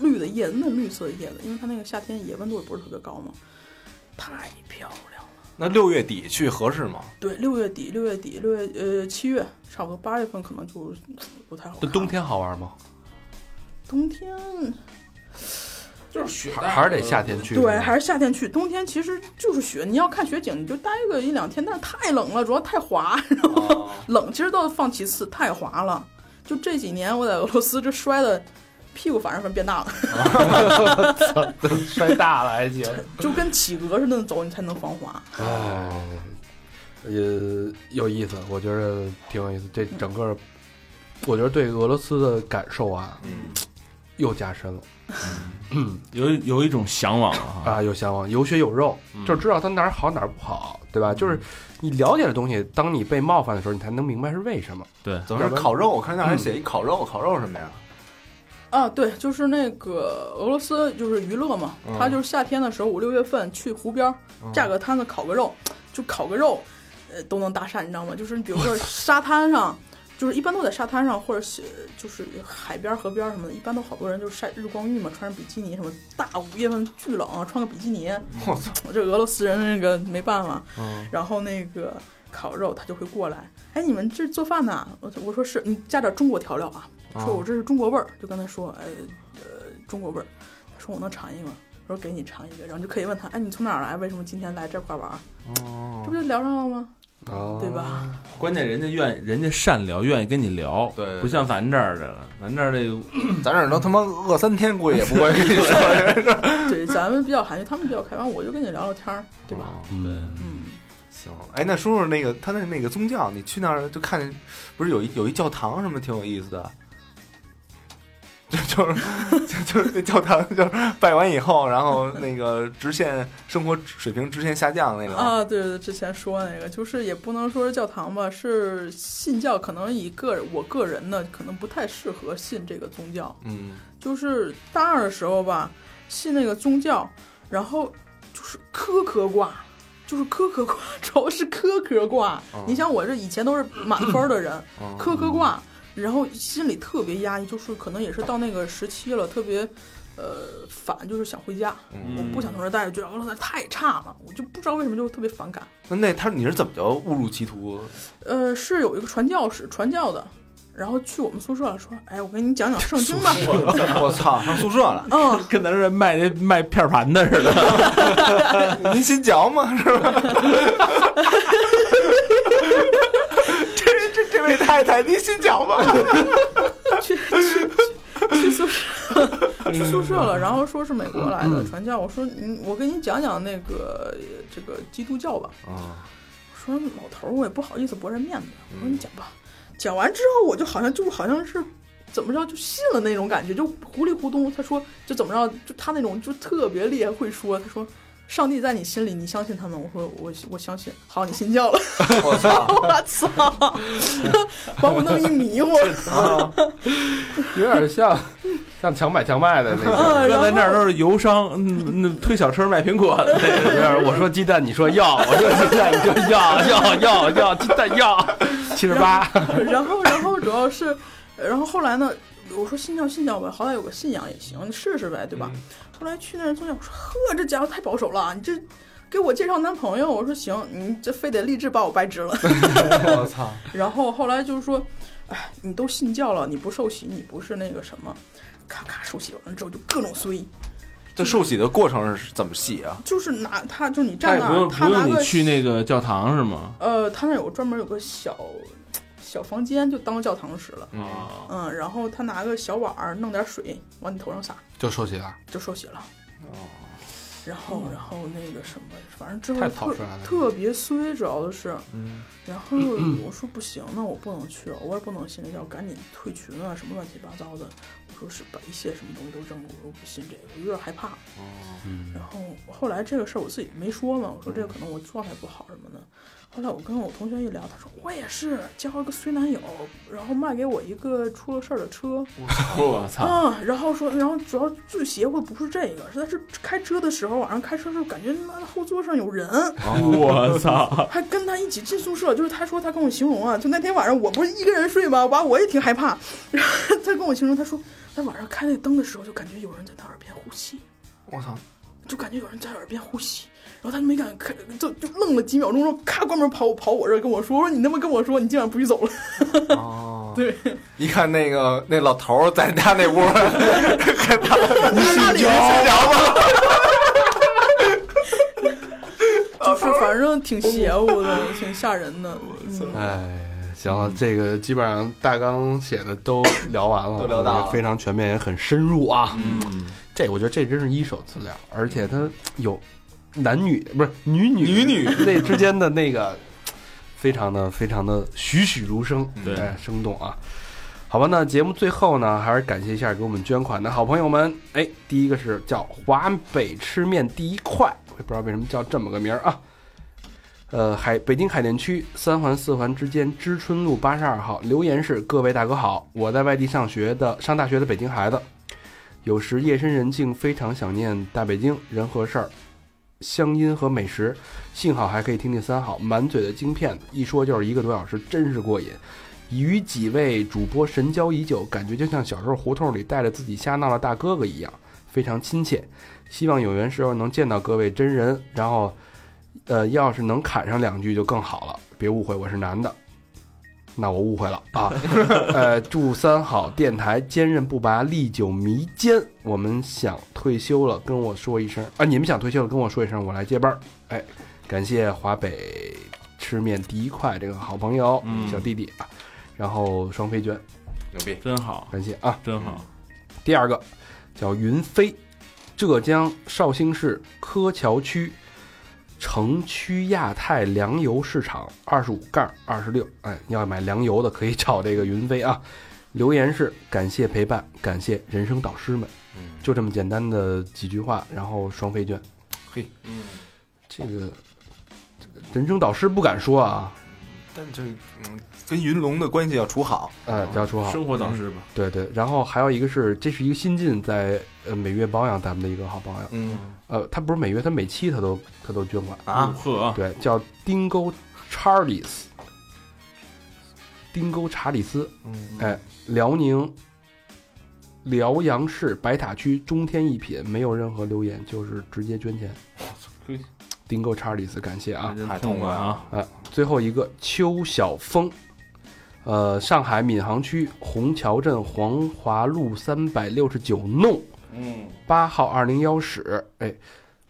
E: 绿的叶子，嫩绿色的叶子，因为它那个夏天也温度也不是特别高嘛，太漂亮了。
C: 那六月底去合适吗？
E: 对，六月底，六月底，六月呃七月，差不多八月份可能就不太好看
B: 这冬天好玩吗？
E: 冬天
D: 就是雪
B: 还还是得夏天去？
E: 对，还是夏天去，冬天其实就是雪。你要看雪景，你就待个一两天，但是太冷了，主要太滑，然
B: 哦
E: 后 冷其实倒放其次，太滑了。就这几年我在俄罗斯这摔的屁股，反正变大了，
B: 哦 摔大了还行。
E: 就跟企鹅似的走，你才能防滑。
B: 哦，也有意思，我觉得挺有意思。这整个，我觉得对俄罗斯的感受啊，
C: 嗯，
B: 又加深了
D: 有有一种向 往了哈。
B: 啊，又向往有血有肉，
D: 嗯
B: 就知道它哪儿好哪儿不好，对吧？就是你了解的东西，当你被冒犯的时候，你才能明白是为什么。
D: 对，
C: 怎么是烤肉？我看那还写一烤肉，烤肉什 么呀？
E: 啊，对，就是那个俄罗斯就是娱乐嘛，
C: 嗯
E: 它就是夏天的时候五六月份去湖边儿架个摊子烤个肉，就烤个肉，呃，都能搭讪，你知道吗？就是你比如说沙滩上，就是一般都在沙滩上或者是就是海边儿、河边儿什么的，一般都好多人就是晒日光浴嘛，穿着比基尼什么，大五月份巨冷，穿个比基尼，
C: 我操！
E: 我这俄罗斯人那个没办法，
C: 嗯
E: 然后那个烤肉他就会过来，哎，你们这做饭呢？我我说是，你加点中国调料啊，说我这是中国味儿，就跟他说，哎，呃，中国味儿，他说我能尝一个吗，我说给你尝一个，然后你就可以问他，哎，你从哪儿来？为什么今天来这块玩儿？这
B: 啊
E: 不就聊上了吗？
B: 哦
E: 对？吧？
D: 关键人家愿人家善聊，愿意跟你聊，
C: 对对对
D: 不像咱这儿的，咱这儿这
C: 咱这儿都他妈饿三天，估计也不会跟你 说。
E: 对，咱们比较含蓄，他们比较开放，我就跟你聊聊天儿，对吧？
D: 嗯，
E: 嗯，
C: 行，哎，那说说那个他那那个宗教，你去那儿就看见，不是有一有一教堂什么挺有意思的，就就是就就是那教堂就是拜完以后，然后那个直线生活水平直线下降那种。
E: 啊，对对，对之前说那个，就是也不能说是教堂吧，是信教，可能以个我个人呢，可能不太适合信这个宗教。
C: 嗯，
E: 就是大二的时候吧，信那个宗教，然后就是科科挂，就是科科挂，主要是科科挂。你想我这以前都是满分的人，科科挂，然后心里特别压抑，就是可能也是到那个时期了，特别。呃，反就是想回家，
C: 嗯
E: 我不想从这儿待着，觉得俄罗斯太差了，我就不知道为什么就特别反感。
C: 那那他你是怎么就误入歧途？
E: 呃，是有一个传教士，传教的，然后去我们宿舍了，说，哎，我给你讲讲圣经吧。
C: 我操，上宿舍了？
E: 嗯，
D: 跟咱这卖那卖片盘的似的，
C: 您新嚼吗？是吧？ 这这这位太太，您新嚼吗？
E: 去去去去宿舍，去宿舍
C: 嗯
E: 了，然后说是美国来的传教。我说，嗯，我跟你讲讲那个呃这个基督教吧。
C: 啊，
E: 说老头儿，我也不好意思驳人面子，我
C: 嗯
E: 说你讲吧。讲完之后，我就好像就好像是怎么着就信了那种感觉，就糊里糊涂。他说就怎么着，就他那种就特别厉害，会说。他说。上帝在你心里，你相信他们？我说我我相信。好，你信教了。
C: 我操！
E: 我操，把我弄一迷糊。
B: 有点像像强买强卖的那种。
E: 嗯，然
D: 原
E: 后
D: 来那儿都是油商，嗯，那推小车卖苹果的，
B: 有点我说鸡蛋，你说要；我说鸡蛋，你就要要要要鸡蛋要，七十八。
E: 然后，然后主要是，呃然后后来呢，我说信教信教吧，好歹有个信仰也行，你试试呗，对
D: 嗯
E: 吧？后来去那儿宗教，我说呵，这家伙太保守了，你这给我介绍男朋友，我说行，你这非得励志把我掰直 了。
C: 我操！
E: 然后后来就是说，哎，你都信教了，你不受洗，你不是那个什么，咔咔受洗完了之后就各种衰。
C: 这受洗的过程是怎么洗啊？
E: 就是拿他，就你
D: 他
E: 站
D: 也
E: 那
D: 不
E: 儿，
D: 用
E: 他
D: 不
E: 拿
D: 用
E: 个
D: 你去那个教堂是吗？
E: 呃，他那有专门有个小小房间，就当教堂使了。
D: 啊，
E: 嗯，然后他拿个小碗儿弄点水往你头上洒，
B: 就收起了，
E: 就受洗了。
B: 哦
E: 然后，然后那个什么，反正之
B: 太草
E: 后
B: 率
E: 特
B: 了
E: 特别衰，主要的是，
C: 嗯，
E: 然后我说不行，那我不能去，我也不能信这教，赶紧退群啊，什么乱七八糟的。我说是把一些什么东西都扔了，我说不信这个，我有点害怕。
B: 嗯
E: 然后后来这个事儿我自己没说嘛，我说这个可能我状态不好什么的。后来我跟我同学一聊，他说我也是交了个衰男友，然后卖给我一个出了事儿的车，
D: 我操，
E: 啊，然后说，然后主要最邪乎的不是这个，是他是开车的时候，晚上开车的时候感觉他妈的后座上有人，
D: 啊我操，
E: 还跟他一起进宿舍。就是他说他跟我形容啊，就那天晚上我不是一个人睡吗？完我也挺害怕， 然后他跟我形容，他说他晚上开那灯的时候就感觉有人在他耳边呼吸，
C: 我操，
E: 就感觉有人在耳边呼吸，然后他就没敢开，就就愣了几秒钟，然后咔关门跑跑我这儿跟我说，我说你他妈跟我说你今晚不许走了。
C: 哦，
E: 对，
C: 一看那个那老头儿在他那屋， 害怕，你
E: 那里
C: 睡着吗？
E: 就是反正挺邪乎的，挺吓人的。嗯
B: 哎，行了，这个基本上大纲写的都聊完了，
C: 都聊到了
B: 非常全面，也很深入啊。
D: 嗯，
B: 这我觉得这真是一手资料，而且它有男女不是女女
C: 女女
B: 那之间的那个，非常的非常的栩栩如生，
C: 嗯
D: 对
B: 哎生动啊。好吧，那节目最后呢，还是感谢一下给我们捐款的好朋友们。哎，第一个是叫华北吃面第一块，我也不知道为什么叫这么个名儿啊。呃，海北京海淀区三环四环之间知春路八十二号，留言是：各位大哥好，我在外地上学的上大学的北京孩子，有时夜深人静，非常想念大北京人和事儿、乡音和美食。幸好还可以听听三好，满嘴的京片子，一说就是一个多小时，真是过瘾。与几位主播神交已久，感觉就像小时候胡同里带着自己瞎闹的大哥哥一样，非常亲切。希望有缘时候能见到各位真人，然后，呃，要是能侃上两句就更好了。别误会，我是男的。那我误会了啊， 呃，祝三好电台坚韧不拔，历久弥坚。我们想退休了，跟我说一声啊！你们想退休了，跟我说一声，我来接班儿。哎，感谢华北吃面第一块这个好朋友、
D: 嗯
B: 小弟弟啊，然后双飞娟，
C: 牛逼！
D: 真好，
B: 感谢啊。
D: 真好，
B: 第二个叫云飞，浙江绍兴市柯桥区城区亚太粮油市场二十五杠二十六。哎，你要买粮油的可以找这个云飞啊。留言是感谢陪伴，感谢人生导师们，
C: 嗯
B: 就这么简单的几句话，然后双飞卷。嘿，嗯，这个这个人生导师不敢说啊，
C: 但这嗯，跟云龙的关系要处好。
B: 呃，不要说好，
D: 生活导师吧，
B: 对对，然后还有一个是，这是一个新进在呃每月保养咱们的一个好朋友，
C: 嗯
B: 呃，他不是每月，他每期他都他都捐款，
C: 啊，
D: 呵啊，
B: 对，叫丁沟查理斯，丁沟查理斯，
C: 嗯
B: 哎，辽宁辽阳市白塔区中天一品，没有任何留言，就是直接捐钱
D: 嘿。
B: 丁沟查理斯，感谢啊！
D: 真
C: 太
D: 痛
C: 痛
D: 快
C: 快
D: 啊，
B: 最后一个邱晓峰，呃，上海闵行区虹桥镇黄华路三百六十九弄
D: 嗯，
B: 八号二零幺室。哎，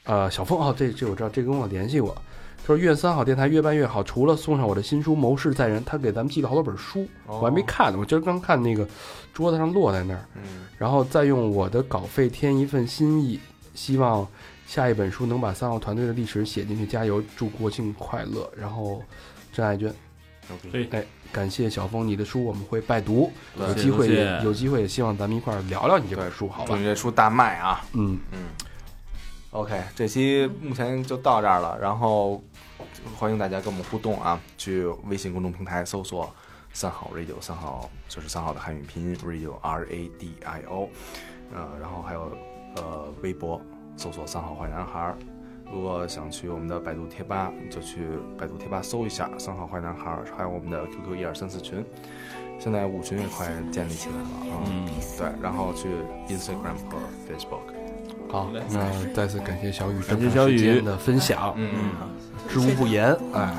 B: 呃，小峰哦，这这我知道，这跟我联系过。他说：“愿三好电台越办越好。”除了送上我的新书《谋事在人》，他给咱们寄了好多本书，我还没看呢。我今儿刚看那个桌子上落在那儿，
C: 嗯，
B: 然后再用我的稿费添一份心意，希望下一本书能把三号团队的历史写进去。加油，祝国庆快乐！然后，真爱娟，
C: 牛逼！
D: 嘿，
B: 感谢小峰，你的书我们会拜读，
C: 对
B: 有机会
D: 谢谢
B: 也有机会也希望咱们一块儿聊聊你这本书，好
C: 祝
B: 吧
C: 你？这书大卖啊！
B: 嗯，
C: 嗯，OK，这期目前就到这儿了，然后欢迎大家跟我们互动啊，去微信公众平台搜索“三好 radio”，三好就是三好的汉语拼音 radio r a d i o，呃，然后还有呃微博搜索“三好坏男孩儿”。如果想去我们的百度贴吧，你就去百度贴吧搜一下“三好坏男孩儿”，还有我们的 QQ 一二三四群，现在五群也快建立起来了啊。
D: 嗯，
C: 对，然后去 Instagram 和 Facebook。
B: 好，那再次感谢小雨，
D: 感谢小雨
B: 的分享，哎
C: 嗯
B: 知无不言，哎，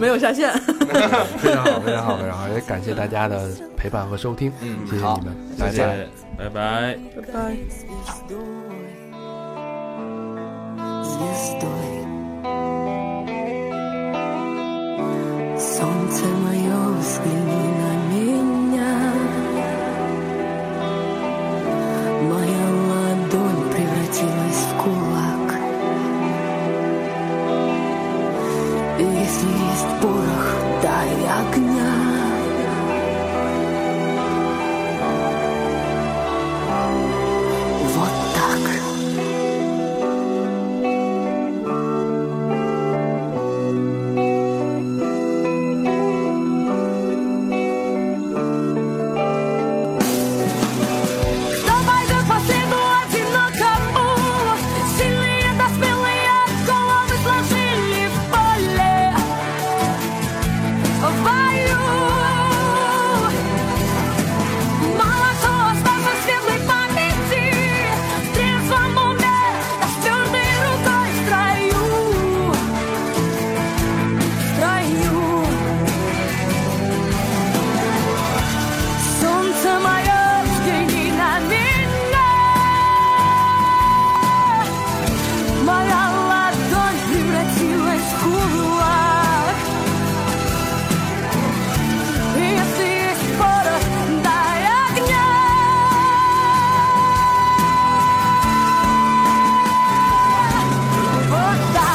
E: 没有下线。
B: 非 常好，非常好，非常好，也感谢大家的陪伴和收听，
C: 嗯
B: 谢谢
C: 好
B: 你们，
D: 谢
B: 拜拜。
D: 谢，拜拜。
E: 拜拜。
G: Door 对。Сонце моє у спині наміння, моя ладонь превратилась в кулак. Если есть порох, дай огня. Вот так. Кто пойдет по сыну одинокому? Сильные да смелые головы сложили в поле, в бою. Мало кто остался светлой памяти, в трезвом уме, да с твердой рукой в строю, в строю. Солнце мое, взгляни на меня Моя ладонь превратилась в кулак Если есть порох, дай огня Вот так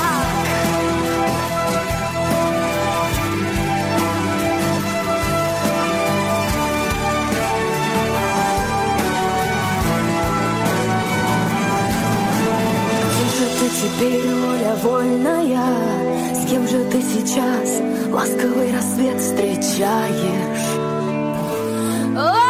G: Кем же ты теперь, воля вольная? С кем же ты сейчас ласковый рассвет встречаешь? О,